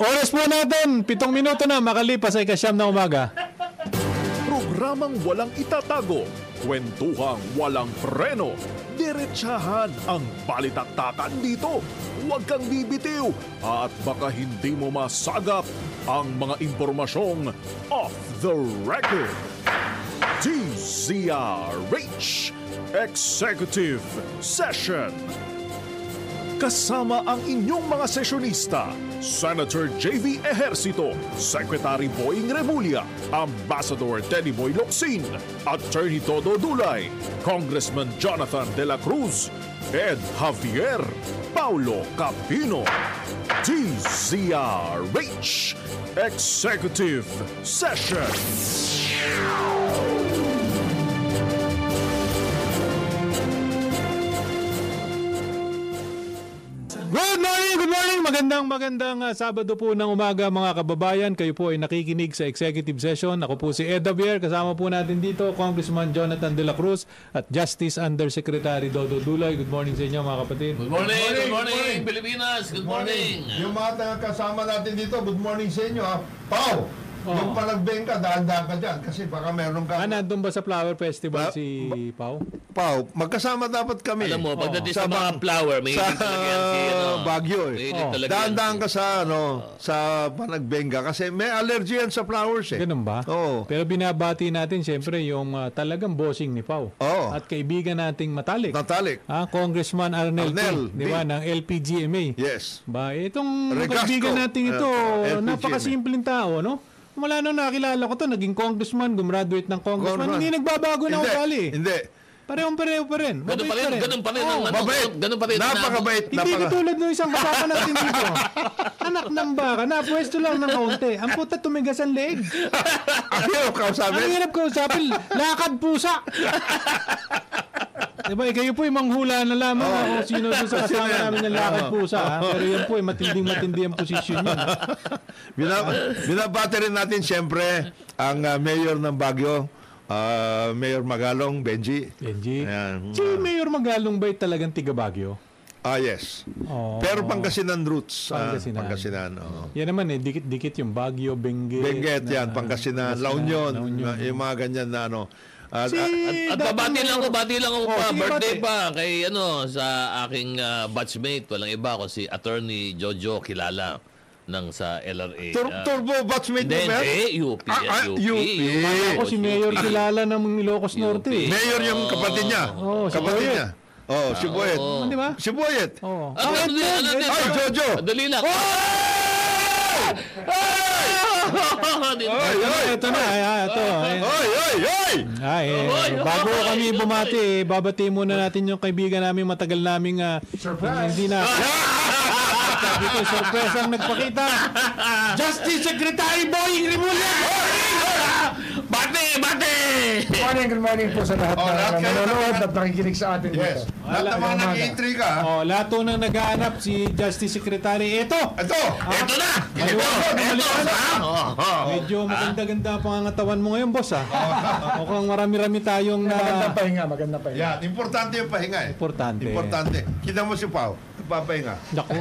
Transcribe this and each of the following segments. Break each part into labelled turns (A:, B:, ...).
A: Oras po natin. Pitong minuto na makalipas ay kasyam na umaga.
B: Programang walang itatago, kwentuhang walang preno, diretsahan ang balitaktakan dito. Huwag kang bibitiw at baka hindi mo masagap ang mga impormasyong off the record. DZRH Executive Session Kasama ang inyong mga sesyonista, Senator JV Ejercito, Secretary Boying Remulla, Ambassador Teddy Boy Locsin, Attorney Todo Dulay, Congressman Jonathan De La Cruz, Ed Javier, Paulo Capino, DZRH Executive Session.
A: Good morning, good morning. Magandang magandang ah, Sabado po ng umaga mga kababayan. Kayo po ay nakikinig sa executive session. Ako po si Ed Abier. Kasama po natin dito Congressman Jonathan De La Cruz at Justice Undersecretary Dodo Dulay. Good morning sa inyo mga kapatid.
C: Good morning,
D: Good
C: good
D: morning,
C: morning,
D: good morning.
C: Pilipinas. Good morning.
D: Yung mga taga- kasama natin dito, good morning sa inyo ha. Pau!
A: Oh.
D: Yung palagbeng ka, dahan-dahan ka dyan kasi baka meron ka...
A: Ah, nandun ba sa Flower Festival
D: Ba-
A: si Pau?
D: Pau, magkasama dapat kami.
C: Alam mo,
A: Oh.
C: pagdating sa
D: Sa
C: mga
D: ba-
C: flower, may
D: sa
C: hilig talaga yan si, ano,
D: Baguio eh.
C: May hilig
A: Oh.
C: talaga yan
D: Dahan-dahan
C: si-
D: ka sa ano, sa panagbenga kasi may allergy yan sa flowers eh.
A: Ganun ba?
D: Oo.
A: Pero binabati natin siyempre yung ah, talagang bossing ni Pau.
D: Oo.
A: At kaibigan nating matalik.
D: Natalik.
A: Ah, Congressman Arnel,
D: Arnel
A: P, di ba,
D: B.
A: ng LPGMA.
D: Yes.
A: Ba, itong
D: Regasco.
A: kaibigan natin ito,
D: Ah, LPGMA.
A: napakasimpleng tao, no? Mula nung nakilala ko to, naging congressman, gumraduate ng congressman,
D: Congressman.
A: hindi nagbabago na
D: hindi,
A: ugali.
D: hindi.
A: Parehong-pareho pa rin.
C: Ganun pa
A: Mabait
C: rin, ganun pa rin. ang ano,
D: eh. Oh, Mabait.
C: Ganun pa rin. ang
D: Napakabait.
A: Hindi
D: napaka-
A: katulad nung isang kasama natin dito. Anak ng baka, napwesto lang ng kaunti. Ang puta tumigas ang leeg.
D: Ang hirap
A: Ang
D: kausapin.
A: hirap kausapin, lakad pusa. Diba, eh, kayo po ay manghula na lamang kung sino doon sa kasama
D: Sino yan?
A: namin ng lakad pusa. ha? Pero yan po ay matinding-matindi ang posisyon yun.
D: Binab- binabati rin natin siyempre ang ah, mayor ng Baguio, ah, Mayor Magalong, Benji.
A: Benji.
D: Ayan. mm.
A: Si Mayor Magalong ba'y talagang tiga Baguio?
D: Ah, yes.
A: Oo.
D: Pero Pangasinan roots.
A: Oh.
D: ah,
A: Pangasinan.
D: Pangasinan, oo.
A: Yan naman eh, dikit-dikit yung Baguio, Benguet.
D: Benguet yan, Pangasinan, La Union,
A: La Union.
D: ah, yung mga ganyan na ano. ah, At,
A: Si
D: at-
C: At babati
A: dating
C: lang ako,
A: Mayor-
C: bati lang ako
A: Oh,
C: pa.
A: sige,
C: Birthday
A: bati.
C: pa kay ano, sa aking ah, batchmate. Walang iba ako si Attorney Jojo Kilala ng sa LRA.
D: Tur-
C: Ah,
D: turbo batchmate
C: Hindi,
D: mo, Mayor?
C: hindi. UP.
D: Ah, ah,
C: yan, UP.
D: UP.
A: Ako Oh, si Mayor kilala ng Ilocos Norte. eh.
D: Mayor yung kapatid niya.
A: Oo, si
D: kapatid
A: Boyet.
D: niya. Oh, si Boyet.
A: Oh, Di ba? Oh.
D: Si Boyet.
A: Oo.
C: Ah, ano din, ano din.
D: Ay, Jojo! Oh!
C: Dali lang. Ah! Dito.
D: Ay, ay!
A: Ito na, ay, ay, ito. Ay,
D: Ay, ay, ay!
A: ay, eh,
C: Hoy,
A: bago
C: hoy,
A: kami
C: hoy.
A: bumati, eh, babati muna natin yung kaibigan namin matagal naming ah, hindi na. Sabi ko, surprise ang nagpakita. Justice Secretary Boying Rimulya!
C: Bate, bate!
E: morning, good morning po sa lahat
D: Oh, lahat
E: na
D: kayo
E: nanonood
D: nakikinig.
E: at nakikinig sa atin
D: Yes.
E: dito.
D: Lahat ng mga nag-intriga. ah.
A: Oh, lahat po nang naghahanap si Justice Secretary. Ito!
D: Ito!
A: Ah.
C: Ito na!
D: Ito!
C: Ito! Ah!
D: Oh.
A: Medyo maganda-ganda ang pangangatawan mo ngayon, boss, ah. Mukhang marami-rami tayong
E: Magandang
A: na
E: pahinga, magandang pahinga.
D: Yan, importante yung pahinga eh.
A: importante.
D: Importante. Kita mo si Pao, nagpapahinga.
A: Naku.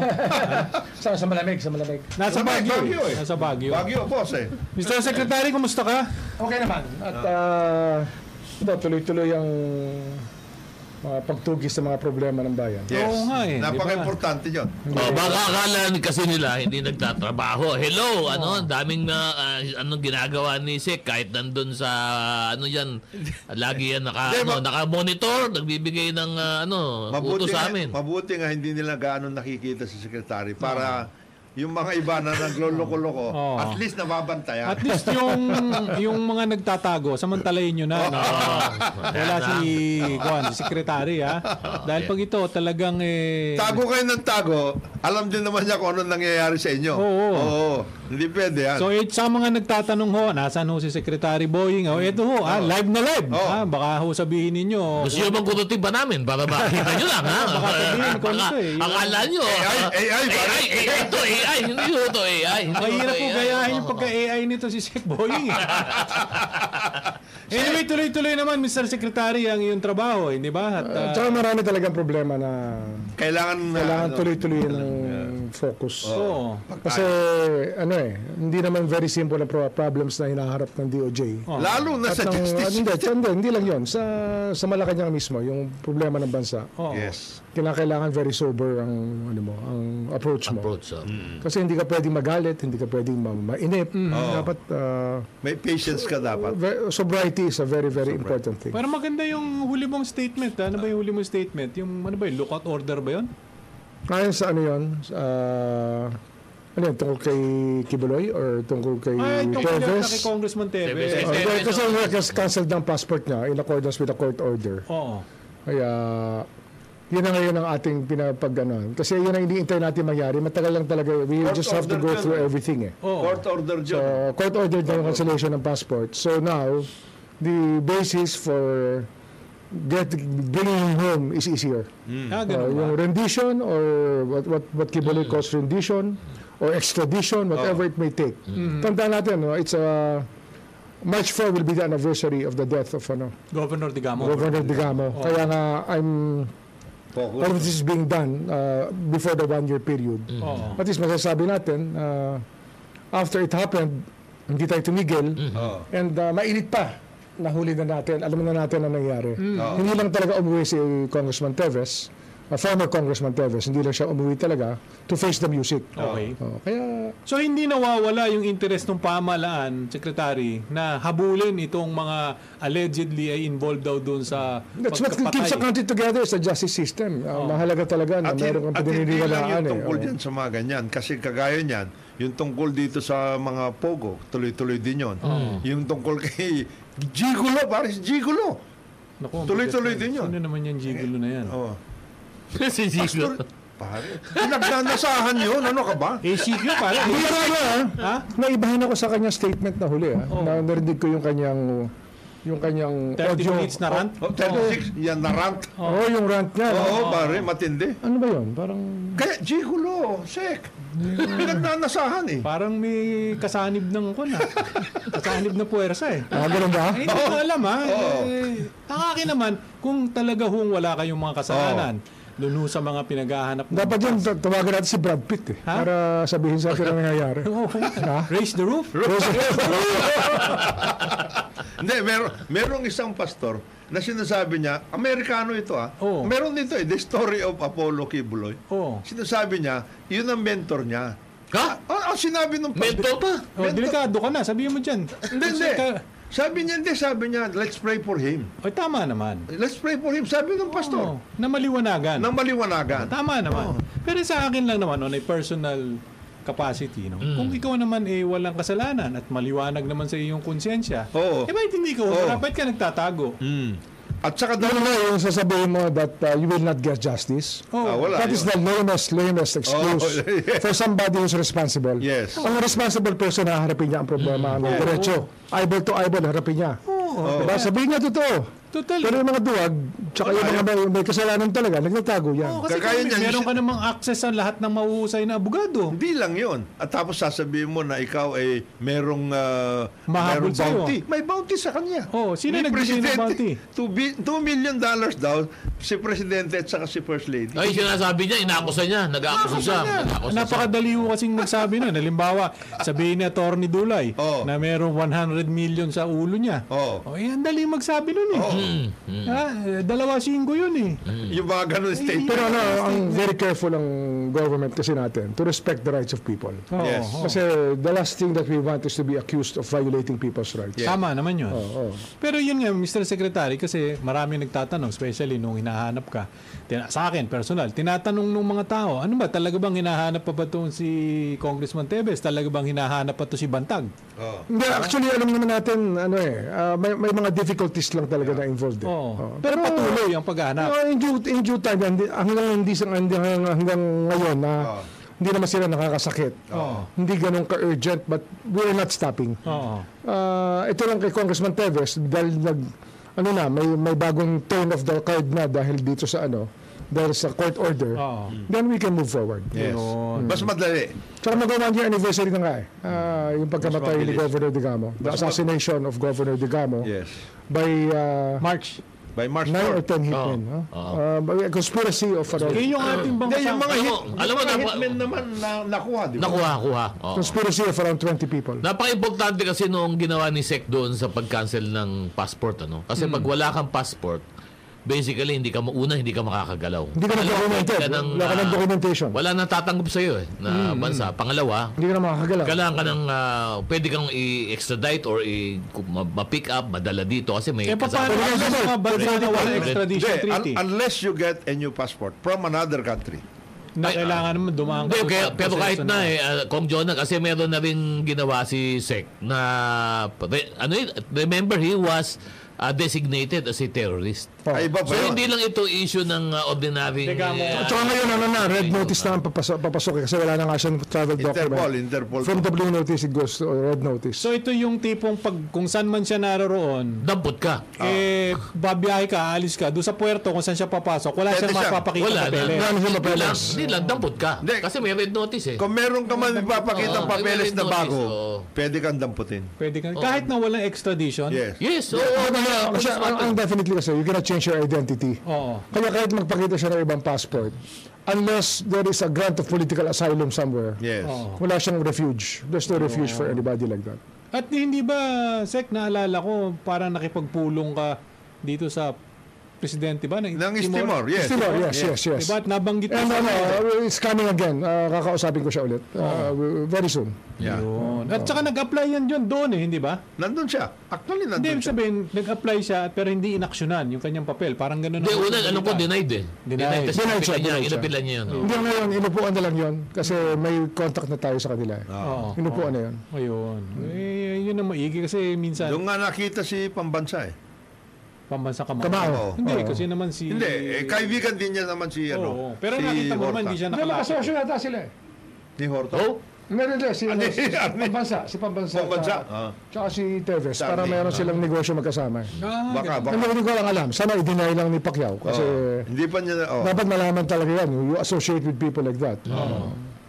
E: Sa, sa malamig, sa malamig.
A: Nasa
D: Lamay,
A: Baguio.
D: Baguio
A: eh.
D: eh.
A: Nasa Baguio.
D: Bagyo, boss eh.
A: Mr. Secretary, kumusta ka?
E: Okay naman. At ah, ito, tuloy-tuloy ang mga pagtugis sa mga problema ng bayan.
D: Yes.
A: Oo nga eh, di ba?
D: Napaka-importante yun.
C: Oh, baka akala kasi nila hindi nagtatrabaho. Hello, ano, ang daming na ano ginagawa ni Sek kahit nandun sa ano yan, lagi yan naka
D: Hindi,
C: ano,
D: ma-
C: naka-monitor, nagbibigay ng ah, ano, utos
D: Mabuti
C: sa
D: nga,
C: amin.
D: mabuti nga hindi nila gaano nakikita si secretary para yung mga iba na nagloloko-loko,
A: Oo.
D: at least nababantayan.
A: At least yung yung mga nagtatago, samantalayin nyo na. na
C: Ah,
A: wala si Juan, si Secretary, ha? Dahil pag ito, talagang eh...
D: tago kayo ng tago, alam din naman niya kung ano nangyayari sa inyo.
A: Oo.
D: Oo. Hindi pwede yan.
A: So eh, sa mga nagtatanong ho, nasaan ho si Secretary Boying? Oh, eto ho, ah, live na live.
D: Oh.
A: Ah, baka ho sabihin ninyo.
C: Gusto nyo bang kurutin pa namin para makita nyo lang, ha?
A: Baka sabihin ko ano to eh, yung-
C: Akala ah, nyo.
D: AI, AI,
C: AI, AI, to, AI, hindi ho to, AI. hindi ho
A: Mahirap
C: to,
A: po
C: AI.
A: gayahin yung
C: Oo.
A: pagka-AI nito si Sec Boying. eh. Anyway, tuloy-tuloy naman, Mr. Secretary, ang iyong trabaho, hindi ba? At,
E: At
A: ah,
E: saka marami talagang problema na
D: Kailangan na...
E: kailangan
D: ano,
E: tuloy-tuloy ng focus.
D: Oh.
A: oo.
E: Kasi ano eh, hindi naman very simple ang pro- problems na hinaharap ng DOJ.
D: Lalo na
E: At
D: sa
E: ng,
D: Oh. justice.
A: ano,
E: hindi, hindi, hindi lang yon Sa, sa Malacanang mismo, yung problema ng bansa,
D: Oh.
A: oo.
D: Yes.
E: kinakailangan very sober ang, ano mo, ang approach mo.
C: Approach. oh.
A: Mm.
E: Kasi hindi ka pwedeng magalit, hindi ka pwedeng ma- mainip. Mm, Dapat, ah,
D: May patience ka dapat.
E: ve- sobriety is a very, very important thing.
A: Pero maganda yung huli mong statement. ah. Ano ba yung huli mong statement? Yung ano ba yung lookout order ba yun?
E: Ayon sa ano yun, ah, ano yun, tungkol kay Kibuloy or tungkol kay
A: Ay, tungkol yan na Ah,
E: Teves?
A: kay Congressman Tevez.
C: Tevez.
E: Oh,
C: Teves,
E: kasi
C: oh.
E: ang workers canceled ng passport niya in accordance with the court order.
A: Oo.
E: Kaya, yun na ngayon ang ating pinapag ano. Kasi yun ang iniintay natin mangyari. Matagal lang talaga. We
D: Court
E: just have to
D: order
E: go
D: yun.
E: through everything eh.
A: Oo.
D: Court order dyan.
E: So, uh, court order na yung cancellation ng passport. So now, the basis for get bringing him home is easier.
A: Ah, ganun
E: Uh,
A: ba? Hmm.
E: yung rendition or what what what Kibuloy calls rendition or extradition,
A: Oh.
E: whatever it may take.
A: Hmm.
E: Tandaan natin, no, it's a March 4 will be the anniversary of the death of ano,
A: Governor Digamo.
E: Governor Digamo.
A: Oh.
E: Kaya nga I'm all of
D: Focus.
E: this is being done uh, before the one year period.
A: Oo.
D: Oh.
E: At least masasabi natin uh, after it happened, hindi tayo tumigil
D: Oo.
E: and uh, mainit pa nahuli na natin, alam na natin ang nangyari.
D: Mm. Oh.
E: Hindi lang talaga umuwi si Congressman Teves, uh, former Congressman Teves, hindi lang siya umuwi talaga to face the music.
A: Okay.
E: Oh, kaya
A: So hindi nawawala yung interest ng pamahalaan, Secretary, na habulin itong mga allegedly ay involved daw doon sa
E: That's what keeps the
A: pagkapatay.
E: country together is the justice system. Uh, Mahalaga talaga na
D: Oh. At, hin-
E: meron kang
D: at hindi lang
E: pinaniniwalaan
D: yung
E: eh.
D: tungkol
E: Oh.
D: dyan sa mga ganyan. Kasi kagaya niyan, yung tungkol dito sa mga pogo, tuloy-tuloy din yon. Yung tungkol kay Gigulo, Paris Gigulo.
A: Naku, ang
D: Tuloy-tuloy
A: bigat
D: din yun.
A: Ano naman yung gigolo na yan?
D: Oh.
C: si Zico.
D: Pare, pinagnanasahan yun. Ano ka ba?
A: Eh, sigyo pare.
E: Pero ano
A: Ha?
E: ah, naibahan ako sa kanyang statement na huli ah.
A: Oh.
E: Na narinig ko yung kanyang yung kanyang
A: 30
E: audio.
A: minutes na rant. Oh,
D: Oh, 36, yan na rant.
E: Oo, yung rant niya.
D: Oo,
E: no?
D: pare, matindi.
E: Ano ba yun? Parang
D: Kaya Gigulo, sek. Pinagnanasahan eh.
A: Parang may kasanib ng kun ha. kasanib na puwersa eh.
D: Oh.
E: ah, ganun ba?
A: Ay, hindi ko alam ha. Eh, ang akin naman, kung talaga hong wala kayong mga kasalanan,
D: Oh.
A: luno sa mga pinaghahanap ng-
E: Dapat yung tawagan natin si Brad Pitt eh,
A: Ha?
E: para sabihin sa akin ang nangyayari.
A: Oo. Raise the roof.
D: Hindi, meron, merong isang pastor na sinasabi niya, Amerikano ito ah.
A: Oo.
D: Meron dito eh, The Story of Apollo Kibuloy.
A: Oo.
D: Sinasabi niya, yun ang mentor niya.
C: Ha?
D: Ah, ah, sinabi nung
C: Mentor pa?
A: Oh, delikado ka na, sabihin mo dyan.
D: Hindi, hindi.
A: Ka-
D: Sabi niya, hindi, sabi niya, let's pray for him.
A: Ay, tama naman.
D: Let's pray for him. Sabi ng pastor,
A: Oo, na maliwanagan.
D: nang maliwanagan.
A: Oh. Tama naman. Pero sa akin lang naman, on a personal capacity, no?
D: Mm.
A: kung ikaw naman eh walang kasalanan at maliwanag naman sa iyong konsensya,
D: Oo.
A: eh bakit hindi ka,
D: Oo. Mm.
A: oh. bakit ka nagtatago?
D: At saka daw,
E: Ano na yung sasabihin mo that uh, you will not get justice?
A: Oo.
D: Ah, wala
E: That is
D: yun.
E: the lamest, lamest excuse
D: Oh, yes.
E: for somebody who's responsible.
D: Yes. Mm.
E: Ang responsible person na harapin niya ang problema. Ano, Diretso.
A: Oh.
E: Eyeball to eyeball, harapin niya.
A: Oo.
E: Diba? Sabihin niya totoo.
A: Total.
E: Pero yung mga duwag, tsaka yung mga may, may kasalanan talaga, nagtatago yan.
A: Oo, kasi
D: Kagaya
A: kung
D: niyan,
A: meron
D: isa-
A: ka namang access sa lahat ng mahuhusay na abogado.
D: Hindi lang yon. At tapos sasabihin mo na ikaw ay merong, ah,
A: Mahabol
D: merong
A: sa'yo.
D: bounty. May bounty sa kanya.
A: Oo, sino nagbigay
D: Ni
A: ng
D: Presidente,
A: bounty?
D: Two, bi- two million dollars daw si Presidente at saka si First Lady.
C: Ay, sinasabi niya, inakusa niya. Nag-akusa siya. Nag-akusa siya.
A: Napakadali ko kasing magsabi nun. Halimbawa, sabihin ni Attorney Dulay
D: Oo.
A: na merong 100 million sa ulo niya.
D: Oo. Mm.
A: Oh, eh, ang dali magsabi nun eh. Ah, eh, dalawa singko yun eh.
D: Yung mga ganun state.
E: Pero ano, ang very careful ang government kasi natin to respect the rights of people.
A: Oo,
D: Yes.
A: oo.
E: Kasi the last thing that we want is to be accused of violating people's rights.
A: Tama naman yun.
E: Oo.
A: Pero yun nga, Mr. Secretary, kasi marami nagtatanong, especially nung hinahanap ka. Tina- sa akin, personal, tinatanong ng mga tao, ano ba, talaga bang hinahanap pa ba itong si Congressman Tevez? Talaga bang hinahanap pa to si Bantag?
D: Oo.
E: Hindi, actually, alam naman natin, ano eh, ah, may, may mga difficulties lang talaga na involved eh.
A: Oo.
E: Oo.
A: Pero patuloy ang paghahanap.
E: Oo, in, due, in due time, hindi- hanggang, hindi, sa- hanggang, hanggang ngayon na
D: Oo.
E: hindi naman sila nakakasakit.
A: Oo.
E: Hindi ganun ka-urgent, but we're not stopping.
A: Oo.
E: Ah, ito lang kay Congressman Tevez, dahil nag, ano na, may, may bagong turn of the card na dahil dito sa ano, there is a court order,
A: Oo.
E: then we can move forward.
D: Yes. Mas madali.
E: Tsaka mag-one year anniversary na nga eh. Ah, yung pagkamatay ni
D: mabilis.
E: Governor Digamo. The
D: Mas-
E: assassination of Governor Digamo
D: Yes.
E: by uh,
A: March.
D: By March
E: 9 or
D: 4.
E: 10 hitmen. no? Uh, by a conspiracy of around,
A: Yun yung ating
D: Hindi,
A: bangsa.
D: yung mga,
C: Alam
D: hit,
C: mo, alam mo,
D: yung mga
C: dapat-
D: hitmen naman na nakuha, di ba?
C: Nakuha-kuha. Oo.
E: conspiracy of around 20 people.
C: Napaka-importante kasi noong ginawa ni SEC doon sa pag-cancel ng passport. Ano? Kasi pag wala kang passport, basically, hindi ka mauna, hindi ka makakagalaw.
E: Hindi ka
C: Alam
E: na
C: mo,
E: documented.
C: ka ng,
E: Wala ka ng
C: ah,
E: documentation.
C: Wala nang tatanggap sa'yo eh, na bansa. Pangalawa,
E: Hindi ka na makakagalaw.
C: kailangan ka ng, ah, pwede kang i-extradite or i- ma- ma-pick up, madala dito kasi may
A: Eh, paano
C: kasama-
A: ang mga bansa na wala extradition
D: Hindi,
A: treaty?
D: un- unless you get a new passport from another country.
A: Na kailangan naman dumaan
C: Hindi,
A: sa
C: kaya,
A: proseso
C: pero kahit na eh, ah, Kong Jonah, kasi meron na rin ginawa si Sec na, re- ano yun, remember he was ah, designated as a terrorist.
E: Oh.
D: Ay, Ah, iba pa
C: So
D: yun.
C: hindi lang ito issue ng uh, ordinary...
A: Teka mo.
C: uh,
E: At saka ngayon, ano na, red notice na ang papasok, papasok eh, kasi wala na nga siyang travel document.
D: Interpol, Interpol.
E: From the blue notice, it goes to uh, red notice.
A: So ito yung tipong pag kung saan man siya naroroon,
C: Dampot ka.
A: eh babiyahe ka, alis ka, doon sa puerto kung saan siya papasok, wala
D: Pwede
A: siyang
D: siya.
A: mapapakita
C: Wala
A: sa
C: na.
A: pele.
E: Wala na siyang
C: Hindi lang,
E: papeles.
C: hindi lang, dampot ka.
D: Hindi.
C: Kasi may red notice eh.
D: Kung meron ka man ipapakita
C: Oo,
D: papeles na
C: may
D: bago,
C: notice, oo.
D: pwede kang damputin.
A: Pwede ka. Kahit na walang extradition.
D: Yes.
C: Yes, oo.
E: Oh,
C: ano yan,
E: kasi
C: ano
E: ang,
C: yan?
E: ang definitely kasi, you cannot change your identity.
A: Oo.
E: Kaya kahit magpakita siya ng ibang passport, unless there is a grant of political asylum somewhere,
D: Yes.
A: Oo.
E: wala siyang refuge. There's no refuge for anybody like that.
A: At hindi ba, Sek, naalala ko, parang nakipagpulong ka dito sa presidente ba? Ng,
D: Nang Istimor, yes.
E: Still, yes, yes, yes.
A: Diba? At nabanggit mo
E: And
A: sa
E: ano, uh, it's coming again. Uh, kakausapin ko siya ulit. Uh, very soon.
D: Yeah.
A: Yun. At saka nag-apply yan yun doon eh, hindi ba?
D: Nandun siya. Actually,
A: Hindi,
D: nandun
A: ibig
D: siya.
A: sabihin, nag-apply siya pero hindi inaksyonan yung kanyang papel. Parang ganun.
C: Hindi,
A: ang-
C: una, ano ko, denied eh.
A: Denied.
C: Kasi
E: Denied siya,
C: inapilan niya,
E: denied siya.
C: inapilan niya yun. oh. oo.
E: Hindi ngayon, inupuan na lang yun kasi may contact na tayo sa kanila. Eh.
A: Oo.
E: Inupuan na yun.
A: Ayun. Eh, yun ang maigi kasi minsan
D: Doon nga nakita si Pambansa eh.
A: pambansa kamao.
E: Kamao.
A: Hindi,
E: Oo.
A: kasi naman si...
D: Hindi, eh, kaibigan din niya naman si, ano,
A: Oo. Pero
D: si
A: nakita mo naman,
D: Horta.
A: hindi siya nakalapit.
E: nata sila eh.
D: Ni Horta.
C: Oh,
E: Meron din, si,
D: Ano, si-
E: Pambansa, si Pambansa.
D: Pambansa. ah.
E: tsaka- Tsaka si Teves,
D: Sabi. ah.
E: para meron silang negosyo magkasama. eh.
A: Ah,
D: Baka,
E: Ano,
D: baka.
E: hindi ko lang alam. Sana i-deny lang ni Pacquiao kasi
D: Oo. hindi pa niya, oh,
E: dapat malaman talaga yan. You associate with people like that.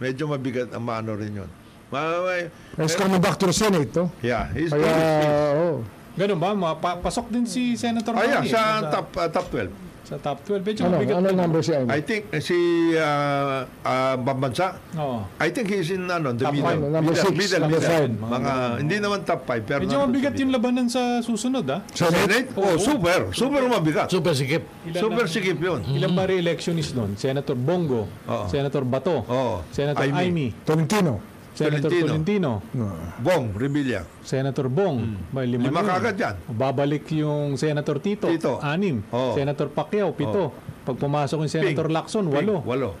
D: medyo mabigat ang maano rin yun. Ma- may-
E: It's coming back to the Senate, no?
D: yeah, he's
E: Kaya,
D: doing it.
E: oh.
A: Ganun ba? Mapa- pasok din si Senator
D: Ah, yeah,
A: Manny,
D: sa
A: eh,
D: top, ah, top 12.
A: Sa top 12. Medyo
E: Ano,
A: mabigat
E: ano
A: din.
E: number si
D: I
E: Ayman?
D: think eh, si ah, ah, Pambansa,
A: Oo.
D: I think he's in ano, the
A: Top
D: middle.
E: five, number
D: middle,
E: six,
D: middle,
E: number
D: middle.
E: five.
D: Mga, hindi naman top 5. Pero
A: Medyo
D: nandun
A: mabigat
D: sa
A: yung labanan sa susunod, ah.
E: Senate?
D: Senate? Oh, super. Super mabigat.
C: super sikip.
D: Super sikip yun.
A: Ilan ba re-electionist doon? Senator Bongo,
D: Oo.
A: Senator Bato,
D: Oo.
A: Senator
D: Aimee.
A: Aimee,
E: Tolentino.
A: Senator
D: Tolentino.
A: Tolentino,
D: Bong, Revilla.
A: Senator Bong. May lima, yun.
D: Lima kaagad yan.
A: Babalik yung Senator Tito,
D: Tito.
A: anim.
D: Oo.
A: Senator Pacquiao, pito. Pag pumasok yung Senator Lacson, walo.
D: Walo.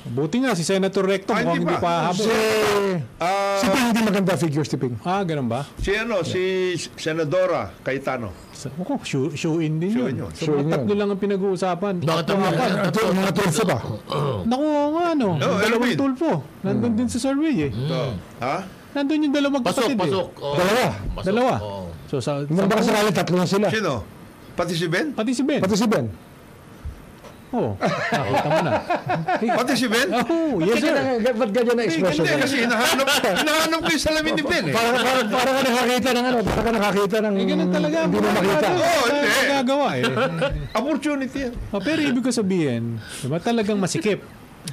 A: Buti nga si Senator Recto
D: Ah,
A: mukhang hindi
D: hindi
A: pa
D: pa.
A: habol.
E: Si,
D: Ah,
E: si Ping hindi maganda figures si Ping.
A: Ah, ganun ba?
D: si ano, si Senadora Cayetano.
A: Sa- Oh, shoe, shoe in din
D: Shoe
A: yun.
D: in yun.
A: So,
E: Shoe
A: mga
E: in yun.
A: tatlo lang ang pinag-uusapan.
C: Bakit ang mga...
E: Ano, ito, mga 12 ba?
A: Naku, oo nga ano.
D: Oh,
A: dalawang
D: Erwin.
A: tulpo. Nandun din sa survey eh.
D: So, ha?
A: Nandun yung dalawang
C: Pasok,
A: kapatid eh.
C: pasok. oo.
E: Dalawa.
C: Pasok, oh.
A: Dalawa.
C: oo.
A: So, sa,
E: Nung baka
A: sa,
E: sakali, tatlo na sila.
D: Sino? Pati si Ben?
A: pati si Ben.
E: Pati si Ben.
A: Oh, nakita mo na.
D: Pati si Ben?
A: Oh, yes sir.
E: Ba't ganyan na expression?
D: Hindi, kasi hinahanap, hinahanap ko yung salamin ni Ben eh.
E: Parang parang parang ka nakakita ng ano, parang ka nakakita ng...
A: Eh, ganun talaga.
E: Hindi mo
A: Wala
E: makita.
A: na- wala
D: Oo, Oh, hindi.
A: na magagawa eh.
D: Opportunity yan.
A: Oh, pero ibig ko sabihin, di ba talagang masikip.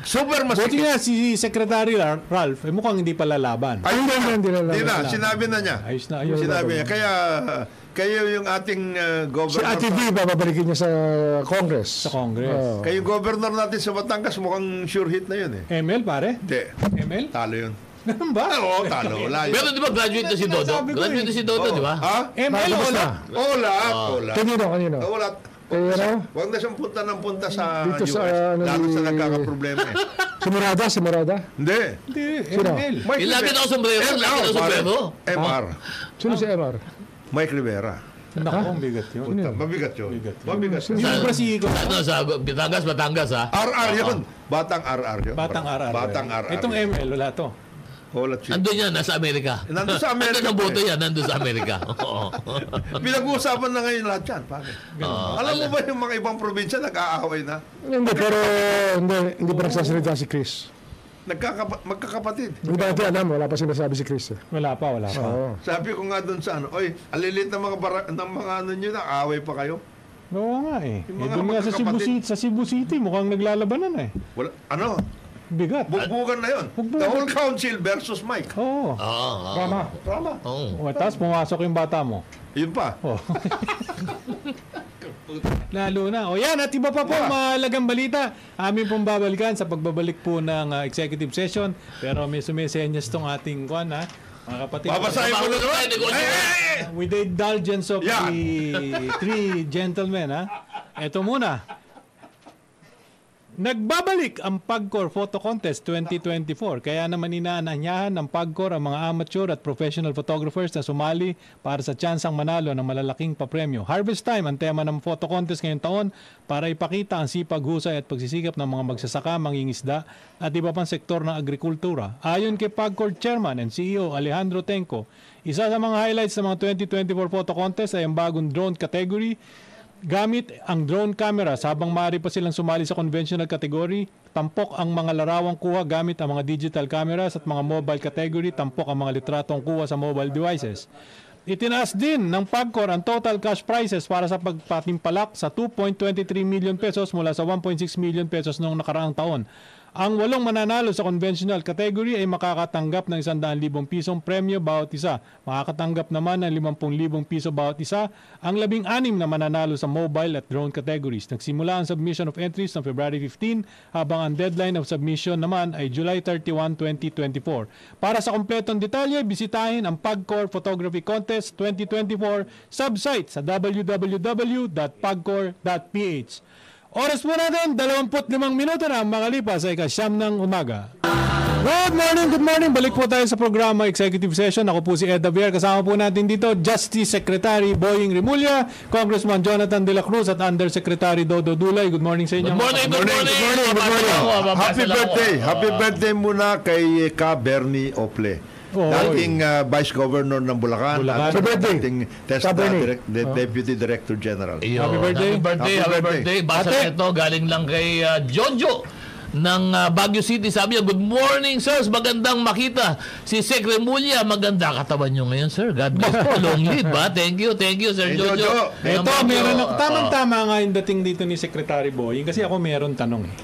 D: Super
A: Buti
D: masikip.
A: nga si Secretary Ra- Ralph, eh, mukhang hindi pala laban.
D: Ayun
E: Hindi,
D: na,
E: hindi na
D: Hindi na,
E: laban.
D: sinabi na niya.
A: Ayos na, ayos.
D: Sinabi niya. Kaya, kayo yung ating uh,
E: Si
D: governor.
E: Ate V, bababalikin niya sa Congress.
A: Sa Congress.
E: Oo.
D: Kayo yung governor natin sa Batangas, mukhang sure hit na yun eh.
A: ML pare?
D: Hindi.
A: ML?
D: Talo yun. Ah,
A: Ganun ba?
D: Oo, talo. Wala yun.
C: Pero di ba graduate na si Dodo?
A: Sinasabi ko
C: Graduate
A: eh.
C: na si Dodo, di ba?
D: Ha?
A: ML o
E: Malabas
A: wala?
E: na.
D: Wala. Wala.
E: Kanino, kanino?
D: Ah, Wala.
E: Kaya ano?
D: Huwag na siyang punta ng punta sa
E: Dito
D: US.
E: sa, ano,
D: lalo sa
E: ni-
D: nagkakaproblema eh.
E: Si Murada, si Murada.
D: Hindi.
A: Hindi,
E: Sino?
A: ML.
D: Mike
C: Ilapit
D: Rivera.
C: ako sombrero.
D: MR,
C: Ilapit ako
D: pare.
C: sombrero.
D: MR.
E: Sino si MR?
D: Mike Rivera.
A: Naku, ang bigat yun.
D: Puta, mabigat yun. Mabigat yun.
A: Yung Brasico.
C: Ano, sa Batangas,
D: Ah.
C: Batangas ha?
D: RR yun. Batang RR yun.
A: Batang RR.
D: Batang RR.
A: Itong
D: yun.
A: ML, wala to.
D: All at sea.
C: Nandun yan, nasa Amerika.
D: Nandun sa Amerika.
C: nandun ang boto yan, nandun sa Amerika. Oo.
D: Pinag-uusapan na ngayon lahat yan. Bakit? Ganun.
C: Oo,
D: Alam mo
C: alam.
D: ba yung mga ibang probinsya nag-aaway na?
E: Hindi, pero hindi, hindi pa nagsasalita si Chris.
D: Nagkakapa- magkakapatid.
E: Hindi ba natin alam, wala pa sinasabi si Chris. Eh.
A: Wala pa, wala pa.
E: Oo.
D: Sabi ko nga doon sa ano, oy, alilit ng mga, bara- ng mga ano nyo, nag-aaway pa kayo.
A: Oo nga eh. eh
D: Yung mga
A: doon nga sa Cebu,
D: magkakapatid.
A: City, sa Cebu City, mukhang naglalabanan eh.
D: Wala, ano?
A: Bigat.
D: Bugbugan na yon.
A: Bugbugan.
D: The whole council versus Mike.
A: Oo.
C: Oo. oo.
A: Tama.
D: Tama.
C: Oo.
A: O, tapos pumasok yung bata mo.
D: Yun pa.
A: Oh. Lalo na. O yan, at iba pa po mahalagang balita. Amin pong babalikan sa pagbabalik po ng ah, executive session. Pero may sumisenyas tong ating kwan ha. Mga kapatid.
D: Babasahin mo na
C: Bago tayo
D: naman.
C: negosyo.
A: With the indulgence of
D: Yan.
A: the three gentlemen, ha? Ito muna. Nagbabalik ang Pagcor Photo Contest 2024. Kaya naman inaananyahan ng Pagcor ang mga amateur at professional photographers na sumali para sa tsansang manalo ng malalaking papremyo. Harvest Time ang tema ng photo contest ngayong taon para ipakita ang sipag, husay at pagsisikap ng mga magsasaka, mangingisda at iba pang sektor ng agrikultura. Ayon kay Pagcor Chairman and CEO Alejandro Tenco, isa sa mga highlights ng mga 2024 photo contest ay ang bagong drone category Gamit ang drone cameras habang maaari pa silang sumali sa conventional category, tampok ang mga larawang kuha gamit ang mga digital cameras at mga mobile category, tampok ang mga litratong kuha sa mobile devices. Itinaas din ng Pagcor ang total cash prizes para sa pagpatimpalak sa 2.23 million pesos mula sa 1.6 million pesos noong nakaraang taon. Ang walong mananalo sa conventional category ay makakatanggap ng 100,000 pisong premyo bawat isa. Makakatanggap naman ng 50,000 piso bawat isa ang labing anim na mananalo sa mobile at drone categories. Nagsimula ang submission of entries ng February 15 habang ang deadline of submission naman ay July 31, 2024. Para sa kompletong detalye, bisitahin ang Pagcor Photography Contest 2024 subsite sa www.pagcor.ph. Oras po natin, 25 minuto na ang makalipas sa ikasyam ng umaga. Good morning, good morning. Balik po tayo sa programa Executive Session. Ako po si Ed Avier. Kasama po natin dito Justice Secretary Boying Rimulya, Congressman Jonathan De La Cruz at Undersecretary Dodo Dulay. Good morning sa inyo.
C: Good morning, good morning.
D: Good morning, good morning.
C: Papasok ako, papasok
D: Happy
C: ako. ah.
D: birthday.
C: Oo.
D: Happy birthday muna kay eh, Ka Bernie Ople.
A: Oo.
D: Dating uh, Vice Governor ng Bulacan.
A: Bulacan.
D: at
A: Happy
E: birthday.
D: Dating
E: Ka
D: Testa,
E: Bernie.
D: direct, de- Deputy Director General.
C: Iyo.
A: Happy birthday.
C: Happy birthday.
D: Happy
C: Happy birthday.
D: birthday.
C: Basa
A: Ate.
C: nito galing lang kay ah, Jojo ng ah, Baguio City. Sabi niya, good morning, sirs. Magandang makita. Si Sec Remulla, maganda katawan niyo ngayon, sir. God bless po. Long live, ba? Thank you, thank you, sir Oh,
D: Hey,
C: Jojo.
D: Jojo.
C: Ayan,
A: Ito,
C: Jojo.
A: meron ako.
C: Oo.
A: Tamang-tama nga yung dating dito ni Secretary Boying kasi ako meron tanong eh.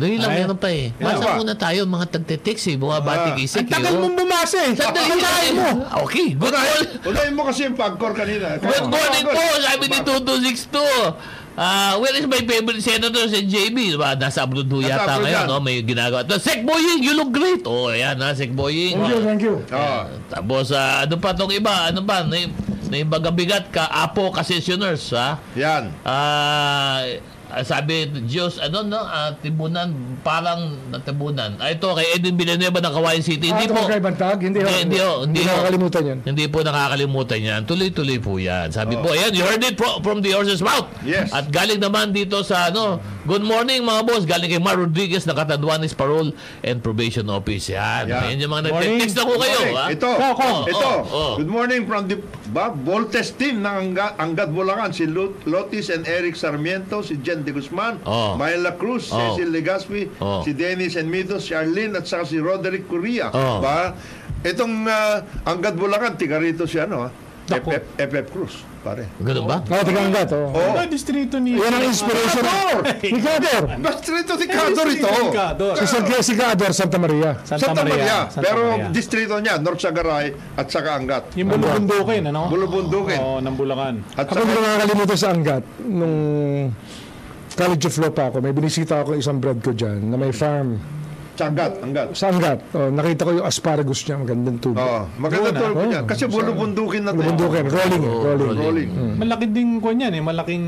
C: Dali lang,
A: Ay.
C: meron pa eh. Basa
D: ba?
C: muna tayo, mga tagtetext eh. Bumabati kay
A: Ah.
C: Sec.
A: Ang tagal
C: eh, oh.
A: mong bumasa eh.
C: Sandali, sandali.
A: mo.
C: Okay, good morning.
D: Unahin mo kasi yung pagkor kanina.
C: Good morning po, sabi ni
D: Dito.
C: 2262. Ah, where is my favorite senator si JB? Diba? Nasa abroad ho
D: Nasa
C: yata
D: abroad
C: ngayon,
D: yan.
C: no? may ginagawa. Tapos, Sek Boying, you look great. Oh, ayan ha, Sek Boying.
E: Thank you, thank you.
D: Oh.
C: Tapos, ah, ano pa tong iba? Ano ba? Na, na yung bagabigat ka, apo concessioners, ha?
D: Yan.
C: Ah, ah, sabi Diyos, ano no, ah, tibunan, parang natibunan. Ah, ito kay Edwin Villanueva ng Kawayan City.
E: Ah,
C: Hindi
E: ito
C: po.
E: kung kay Bantag, hindi ho.
C: Hindi, hindi ho, hindi ho.
E: nakakalimutan yan.
C: Hindi po nakakalimutan yan. Tuloy-tuloy po yan. Sabi po, ayan, you heard it pro- from the horse's mouth.
D: Yes.
C: At galing naman dito sa, ano, good morning mga boss. Galing kay Mar Rodriguez na Catanduanes Parole and Probation Office. Yan.
D: Yan.
C: Ayan yung mga
A: Morning.
C: nag-text na po kayo.
D: Morning.
C: ha?
D: Ito.
A: Kong, Kong.
D: Ito.
C: Oh, oh.
D: Good morning from the ba, Voltes team ng Angga- Angat Bulacan. Si Lu- Lotis and Eric Sarmiento, si Jen De Guzman,
C: Oh.
D: Myla Cruz,
C: Oh.
D: Cecil Legaspi,
C: Oh.
D: si Dennis Enmido, si Arlene at saka si Roderick Curia.
C: Oh.
D: Ba, itong ah, Angat Bulacan, tiga rito si ano, ah,
A: Naku.
D: FF, FF Cruz, pare.
C: Ganun ba?
E: Oo, tigangat, oo.
D: Oh.
A: Ano distrito ni...
E: Yan ang inspiration. Ni Gador.
D: Basta rito si Cador ito.
A: Distrito ni Cador.
E: Si Sergio Sigador, Santa Maria.
A: Santa, Maria. Santa
D: Pero
A: Maria.
D: distrito niya, North Sagaray at saka Angat.
A: Yung bulubundukin, ano?
D: Bulubundukin.
A: Oo, ng Bulacan.
D: At
E: Ako
D: saka,
E: hindi ko nakakalimutan sa Angat, nung College of Law pa ako, may binisita ako isang bread ko dyan na may farm
D: Angat, Angat.
E: sa Angat. Oh, nakita ko yung asparagus niya, magandang tubo.
D: Oo, maganda
A: Doon,
D: tulog
E: ah.
D: niya. Kasi bulubundukin na tayo.
E: Bundukin,
A: Mm.
E: rolling, eh, rolling.
D: Rolling.
A: Malaki ding kwan yan eh. Malaking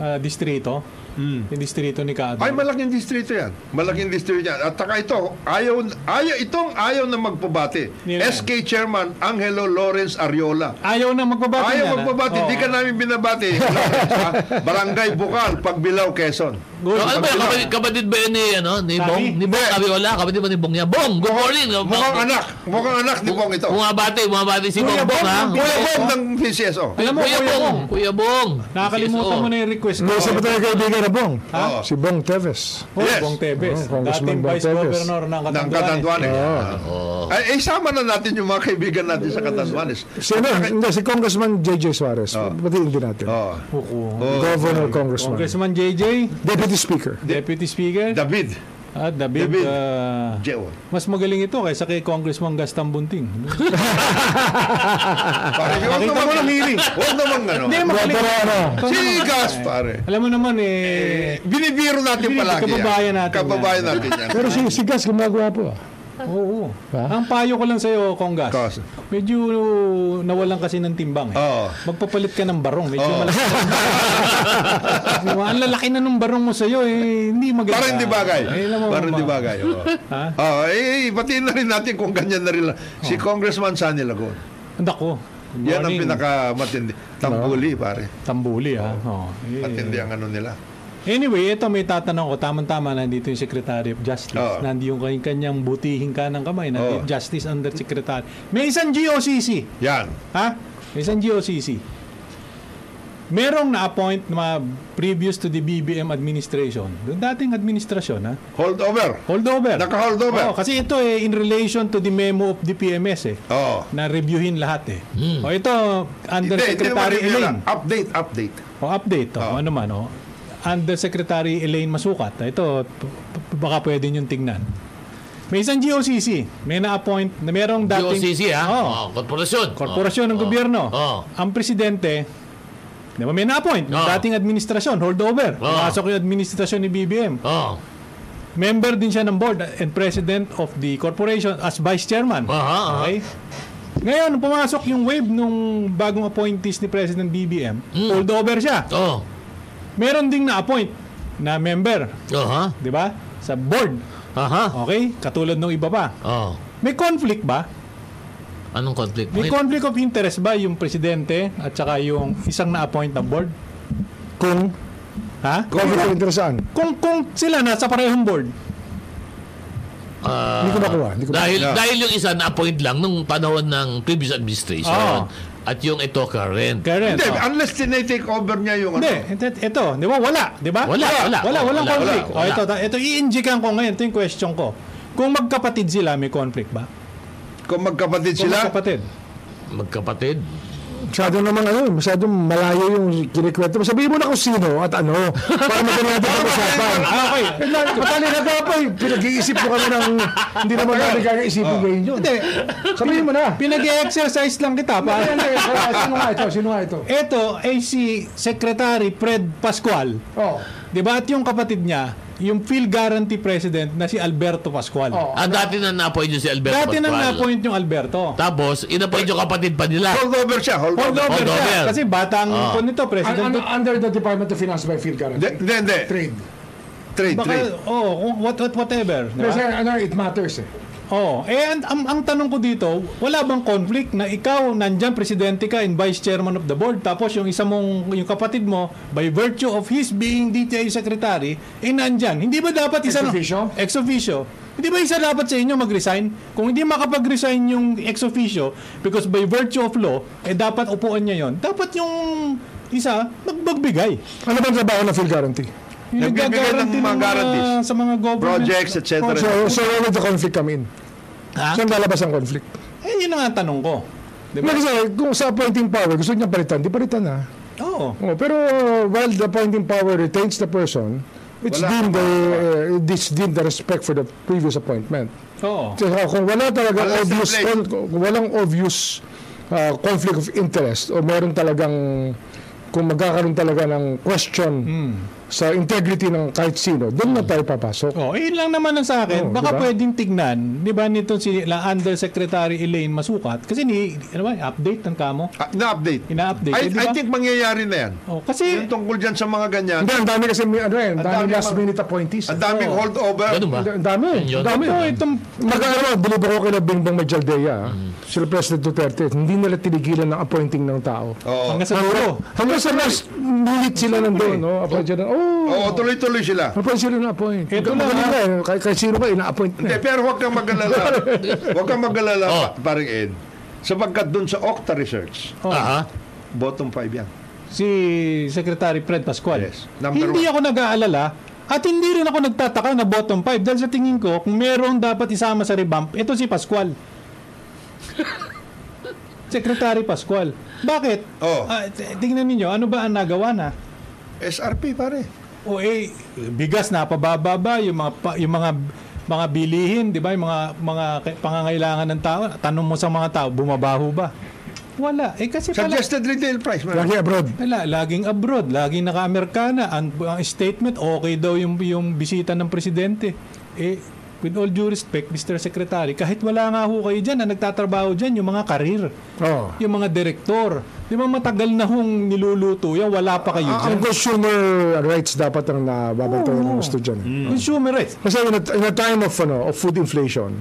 A: ah, distrito. yung distrito ni Kaador.
D: Ay, malaking distrito yan. Malaking distrito yan. At saka ito, ayaw, ayaw, itong ayaw na magpabati.
A: Nila yan.
D: SK Chairman Angelo Lawrence Ariola.
A: Ayaw na magbabati
D: Ayaw
A: niya na.
D: magpabati,
A: Oo.
D: di ka namin binabati. Lawrence, ha? Barangay Bukal, Pagbilao, Quezon.
A: Good.
C: So, ano ba yan? Kapatid, kapatid ba yan ni, ano, ni
A: Sabi?
C: Bong? Ni Bong Abiola? Kapatid ba ni Bong yan? Bong, good morning!
D: Mukhang ano? anak, mukhang anak ni Bong ito.
C: Bumabati, bumabati si Bong
A: Kuya
C: Bong,
A: Bong,
C: ha?
A: ang
D: Kuya Bong ng PCSO.
A: Alam mo,
C: Kuya Bong! Kuya Bong! oh.
A: Nakakalimutan
C: CSO.
A: mo na yung request ko.
E: May isa pa tayo kaibigan na Bong.
D: Oo.
E: Si Bong Teves.
A: Oh,
D: Yes.
A: Bong Tebes.
E: Oh, Congressman
A: Dating
E: Bong
A: Vice
E: Tevez.
A: Governor ng
D: ng
A: Katanduanes.
D: Katanduanes. Ah. Ay, isama na natin yung mga kaibigan natin sa Katanduanes.
E: Si, ano, hindi, si Congressman J.J. Suarez. Batiin din natin.
D: Oh.
A: Huko.
D: Oh,
E: Governor Congressman.
A: Congressman JJ,
E: Deputy Speaker.
A: Deputy Speaker,
D: David.
A: at David.
D: David.
A: ah,
D: Jeo.
A: mas magaling ito kaysa kay Congressman Gastang Bunting.
D: Pare, huwag
A: Ah, Pakita
D: naman
A: mo ng hearing.
D: Huwag naman gano'n.
A: Hindi, magaling.
E: Pero ano,
D: Sigas, pare.
A: Alam mo naman eh,
D: Binibiro natin
A: Binibiro,
D: palagi. yan.
A: kababayan natin
D: Kababayan
A: yan.
D: natin yan.
E: pero si, si Gas gumagawa po ah.
A: Oo.
E: Ha?
A: Ang payo ko lang sa'yo, Congas.
D: Congas.
A: Medyo nawalan kasi ng timbang. Eh.
D: Oo.
A: Magpapalit ka ng barong. Medyo malaki. Diba? Ang lalaki na ng barong mo sa'yo, eh, hindi maganda.
D: Parang di bagay.
A: Eh, alam mo,
D: Parang
A: ma-
D: di bagay. oo.
A: Ha?
D: Ah, eh, eh, batiin na rin natin kung ganyan na rin. lang. Si Congressman Sunny Lagoon.
A: Nako.
D: Yan
A: Oh.
D: ang
A: Morning.
D: pinakamatindi. Tambuli, pare.
A: Tambuli, ha? Oo. Eh,
D: Matindi ang ano nila.
A: Anyway, ito may tatanong ko. Tamang-tama, nandito yung Secretary of Justice.
D: Oo.
A: Nandito yung kanyang, kanyang butihin ka ng kamay. Nandito
D: Oo.
A: Justice Undersecretary. May isang GOCC.
D: Yan.
A: Ha? May isang GOCC. Merong na-appoint na mga previous to the BBM administration. Yung dating administrasyon, ha?
D: Hold over.
A: Holdover. Oo,
D: Naka-holdover.
A: kasi ito eh, in relation to the memo of the PMS eh.
D: Oo.
A: Na reviewin lahat eh.
C: Hmm.
A: O ito,
D: Hindi, hindi naman Oh.
A: Undersecretary
D: review lang.
A: Elaine.
D: Update, update.
A: O update, o
D: Oo.
A: ano man, o. Undersecretary Elaine Masukat. Ah, Ito, p- p- baka pwede niyong tingnan. May isang GOCC. May na-appoint na merong dating...
C: GOCC, ha?
A: Oo.
C: Oh, korporasyon.
A: Korporasyon ng
C: Oh,
A: gobyerno.
C: oh.
A: Ang presidente, di ba may na-appoint, yung
C: Oo.
A: dating administrasyon, holdover.
C: Oo.
A: Pumasok yung administrasyon ni BBM.
C: Oh.
A: Member din siya ng board and president of the corporation as vice chairman.
C: Aha, aha.
A: Okay? Ngayon, pumasok yung wave nung bagong appointees ni President BBM.
C: Mm.
A: Holdover siya.
C: Oh.
A: Meron ding na-appoint na member,
C: Oh, ha?
A: di ba? Sa board.
C: Aha.
A: Okay? Katulad ng iba pa.
C: Oh.
A: May conflict ba?
C: Anong conflict?
A: May
C: Bakit?
A: conflict of interest ba yung presidente at saka yung isang na-appoint na board?
E: Kung
A: Ha?
E: Bakit ko interesan?
A: Kung kung sila nasa parehong board.
C: Ah,
E: Hindi ko makuha. Hindi ko
C: Dahil,
D: Yeah.
C: dahil yung isa na-appoint lang nung panahon ng previous administration.
A: Oo.
C: At yung ito current.
A: Karen.
D: Hindi,
A: oh.
D: unless tinitake over niya yung
A: Hindi, ito,
D: ano.
A: ito, di ba? Wala, di ba?
C: Wala, wala.
A: Wala,
C: Oh,
A: walang
C: wala,
A: conflict. O,
C: wala, wala.
A: ito, ta- ito, i-indican ko ngayon. Ito yung question ko. Kung magkapatid sila, may conflict ba?
D: Kung magkapatid
A: Kung
D: sila,
A: magkapatid.
C: Magkapatid.
E: Masyado naman ano, masyado malayo yung kinikwento. mo. Sabihin mo na kung sino at ano para maganda natin ang usapan.
A: Ah, okay.
E: Patali na ka pa, eh. pinag-iisip ko kami ng hindi naman namin kakaisipin ngayon yun.
A: Hindi,
E: Sabihin mo na.
A: pinag-exercise lang kita.
E: Ano
A: Pa.
E: yan, eh? Sino nga ito? Sino nga ito?
A: Ito ay si Secretary Fred Pascual.
E: Oh.
A: Di ba? At yung kapatid niya, yung field guarantee president na si Alberto Pascual.
E: Oo.
C: Ah, dati na na-appoint yung si Alberto
A: Dati nang
C: Pascual.
A: na-appoint yung Alberto.
C: Tapos, in-appoint yung kapatid pa nila.
D: hold over siya, hold over.
A: Holdover siya.
C: Holdover.
A: Kasi batang
C: Ah.
A: oh. nito, president.
E: Un- un- under the Department of Finance by Field
D: Hindi,
E: Guarantee.
D: hindi, hindi.
E: Trade.
D: Trade,
A: Baka,
D: trade.
A: oh, kung what, what, whatever. di ba?
E: Kasi ano, it matters eh.
A: Oh, eh, and, ang, ang tanong ko dito, wala bang conflict na ikaw nandyan presidente ka and vice chairman of the board tapos yung isa mong yung kapatid mo by virtue of his being DTI secretary eh nandyan. Hindi ba dapat isa
E: Ex officio?
A: ex officio? Hindi ba isa dapat sa inyo mag-resign? Kung hindi makapag-resign yung ex officio because by virtue of law eh dapat upuan niya yon. Dapat yung isa mag- magbigay.
E: Ano bang trabaho ng Field Guarantee?
A: Yung
D: Nagbibigay ng
A: nagga-guarantee
D: mga guarantees.
A: sa mga government
D: Projects, etc.
A: Oh,
E: So, Oh, so where would the conflict come in?
A: Ha?
E: Saan lalabas ang conflict?
A: Eh yun ang tanong ko. Diba?
E: Diba? Kasi kung sa appointing power, gusto niya palitan, di palitan na.
A: Oo.
E: Oh, pero while the appointing power retains the person, it's
D: Wala
E: deemed,
D: ka
E: the, uh, it's deemed the respect for the previous appointment.
A: Oo.
E: So, uh, kung wala talaga
D: Wala sa
E: obvious,
D: plate.
E: con- kung walang obvious uh, conflict of interest o meron talagang kung magkakaroon talaga ng question sa integrity ng kahit sino, doon na tayo papasok.
A: Oh, eh, yun lang naman ang sa
D: Oh,
A: akin.
E: Oo,
A: Baka
E: diba?
A: pwedeng tignan, 'di ba, nitong si la Undersecretary Elaine Masukat kasi ni ano ba, update ng kamo.
D: Ah, na-update.
A: Ina-update,
D: I,
A: eh, di ba?
D: I think mangyayari na yan.
A: Oh, kasi
D: Yung tungkol dyan sa mga ganyan,
E: Hindi, ang dami kasi, may ano eh, ang
D: Ang
E: dami
D: dami
E: last
D: mga-
E: minute appointees. eh. Oh.
D: ang daming
A: Oh.
D: holdover.
C: Ganun ba?
E: Ang dami.
C: Yun.
E: Ang dami.
A: ito
D: eh.
A: itong
E: Nag-ano, deliver ko kay Bingbong Majaldea, sila President Duterte, hindi nila tinigilan ng appointing ng tao.
D: Oo.
A: hanggang sa dulo.
E: Hanggang sa last minute sila nandun, no? Appoint sila, oh,
D: Oo, tuloy-tuloy sila.
E: appoint sila na appoint.
A: Ito na, ha?
E: Magaling na, eh. Kay, kay sino ka, ina-appoint na.
D: Hindi, pero huwag kang mag-alala. huwag kang mag-alala,
C: Oh.
D: pa- paring Ed. Sapagkat dun sa Octa Research,
C: Aha.
D: bottom 5 yan.
A: Oh, si Secretary Fred Pascual.
D: Yes, number
A: Hindi
D: one.
A: ako nag-aalala at hindi rin ako nagtataka na bottom 5 dahil sa tingin ko kung merong dapat isama sa revamp, ito si Pascual. Secretary Pascual. Bakit?
D: Oh.
A: Ah, t- tingnan ninyo, ano ba ang nagawa na?
D: SRP, pare.
A: O eh, bigas na pabababa yung mga pa- yung mga mga bilihin, 'di ba? Yung mga mga k- pangangailangan ng tao. Tanong mo sa mga tao, bumabaho ba? Wala. Eh kasi pala,
D: Suggested retail price, man.
E: Lagi abroad.
A: wala, laging abroad, laging naka-Amerikana. Ang, ang statement, okay daw yung, yung bisita ng presidente. Eh, with all due respect, Mr. Secretary, kahit wala nga ho kayo dyan na nagtatrabaho dyan, yung mga karir,
E: Oh.
A: yung mga direktor. Di ba matagal na hong niluluto yan, wala pa kayo
E: Ah, Ang
A: dyan.
E: consumer rights dapat ang nababantayan ng gusto dyan. eh.
A: Mm. Consumer rights.
E: Kasi in a, in a time of, ano, of food inflation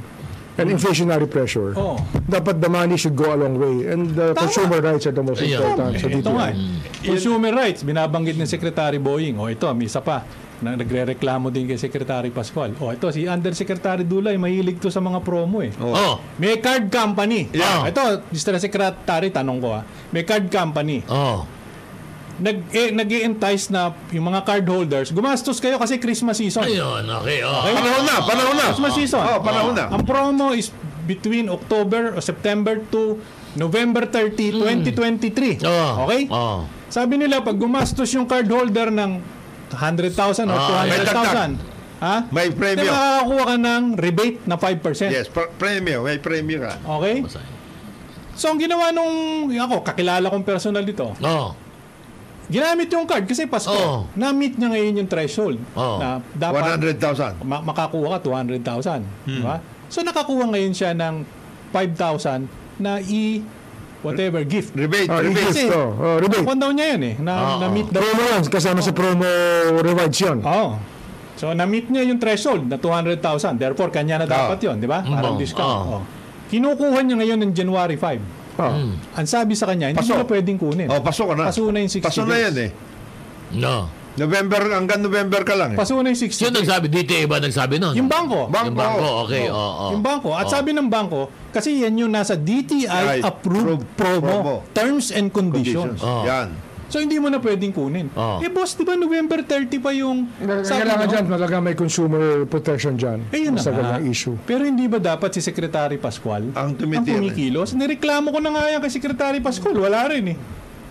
E: and inflationary pressure,
A: Oo.
E: dapat the money should go a long way. And the
A: Tama.
E: consumer rights are the most
C: Ayan.
E: important. So,
A: Ito
E: dito.
A: nga, eh.
D: Mm.
A: consumer rights, binabanggit ni Secretary Boeing. O ito, may isa pa na nagre-reklamo din kay Secretary Pascual. O ito, si Undersecretary Dulay, mahilig to sa mga promo eh.
C: Oh.
A: May card company.
C: Yeah.
A: Ito, Mr. Secretary, tanong ko ah. May card company.
C: Oh.
A: Nag, eh, nag entice na yung mga card holders, gumastos kayo kasi Christmas season.
C: Ayun, okay. Oh.
A: Okay.
D: Panahon na, panahon na.
A: Christmas season.
D: Oh, panahon na.
A: Ang promo is between October or September to November 30,
D: Hmm.
A: 2023.
C: Oh.
D: Ah.
A: Okay?
C: Oh.
A: Sabi nila, pag gumastos yung cardholder ng 100,000 o
C: Ah,
D: may
A: 200,000, ha?
D: May
A: Hindi
D: premyo.
A: makakakuha ka ng rebate na 5%.
D: Yes, pr- premyo. May premyo ka.
A: Okay? So, ang ginawa nung, ako, kakilala kong personal dito,
C: Oh.
A: ginamit yung card kasi Pasko,
D: Oh.
C: Oo.
A: na-meet niya ngayon yung threshold
C: Oo.
A: na dapat
D: 100,000.
A: ma- makakuha ka 200,000. di ba? So, nakakuha ngayon siya ng 5,000 na i- whatever, gift.
D: Rebate,
E: Oh,
D: rebate. Ah,
E: rebate. Oh, oh, rebate.
A: Nakuha daw niya yun eh, na,
C: Oo.
A: na-meet daw
E: Promo yan, kasama sa promo rewards yun.
A: Oo. Oh. So, na-meet niya yung threshold na 200,000. Therefore, kanya na dapat yon, di ba? Parang
C: Mm,
A: discount.
C: oo.
A: Oo. Kinukuha niya ngayon ng January 5.
E: Oh.
A: Ang sabi sa kanya, hindi
D: Paso.
A: na pwedeng kunin.
D: Oh, paso ka na.
A: Paso na yung 60
D: Paso na
A: days.
D: yan eh.
C: No.
D: November, hanggang November ka lang eh.
A: Paso na yung 60
C: Sino
A: days.
C: nagsabi? DTA ba nagsabi nun?
A: Yung bangko.
D: Ba-
C: Yung bangko, okay.
A: Oo.
C: Oo. Oh,
A: Yung bangko. At sabi ng bangko, kasi yan yung nasa
D: Ay,
A: DTI approved
D: approved
A: promo,
D: promo.
A: terms and conditions.
D: Conditions.
C: Oh.
D: Yan.
A: So, hindi mo na pwedeng kunin.
C: Oo.
A: Eh, boss, di ba November 30 pa yung... sabi
E: Kailangan
A: nyo?
E: dyan, talaga may consumer protection dyan.
A: Ayun na
E: sa
A: nga.
E: ganyang issue.
A: Pero hindi ba dapat si Secretary Pascual
D: Ang tumitira.
A: kumikilos? Nireklamo ko na nga yan kay Secretary Pascual. Wala rin eh.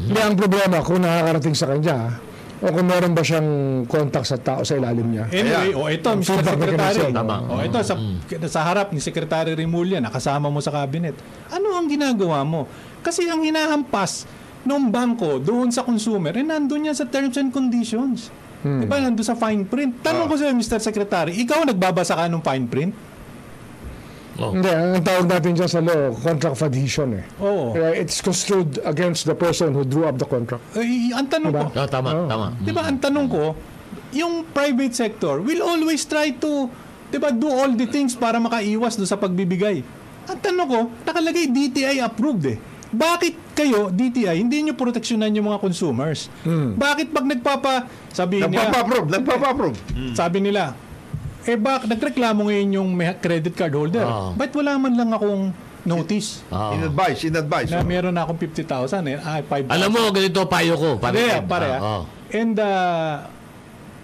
E: Hindi, ang problema kung nakakarating sa kanya o kung meron ba siyang contact sa tao sa ilalim niya.
A: Anyway,
D: Kaya, Mm.
A: o ito, Mr.
E: feedback
A: Secretary.
E: mechanism. Tama.
A: O ito, sa, sa harap ni Secretary Rimulya, nakasama mo sa cabinet. Ano ang ginagawa mo? Kasi ang hinahampas ng bangko doon sa consumer, eh nandun yan sa terms and conditions. Di
E: Hmm.
A: ba? Nandun sa fine print. Tanong
D: Ah.
A: ko sa'yo, Mr. Secretary, ikaw nagbabasa ka ng fine print?
E: Hindi, ang tawag natin dyan sa law, contract of adhesion eh.
A: Oo.
E: Kaya It's construed against the person who drew up the contract.
A: Eh, ang tanong
E: Diba?
A: ko,
C: Oh, tama, tama.
A: Di ba, ang tanong ko, yung private sector will always try to, di ba, do all the things para makaiwas do sa pagbibigay. Ang tanong ko, nakalagay DTI approved eh. Bakit kayo, DTI, hindi nyo proteksyonan yung mga consumers? Bakit pag nagpapa, sabihin nila,
D: Nagpapa-approve, nagpapa-approve.
A: sabi nila, eh bak, nagreklamo ngayon yung may credit card holder.
C: Ah.
A: Ba't wala man lang akong notice
C: Oh.
D: In advice, in advice.
A: na meron na akong 50,000 eh, ah, 5,000.
C: Alam mo, ganito payo ko. Pare,
A: Hindi,
C: Ed. oh,
A: pare. ah.
C: Oo.
A: And uh,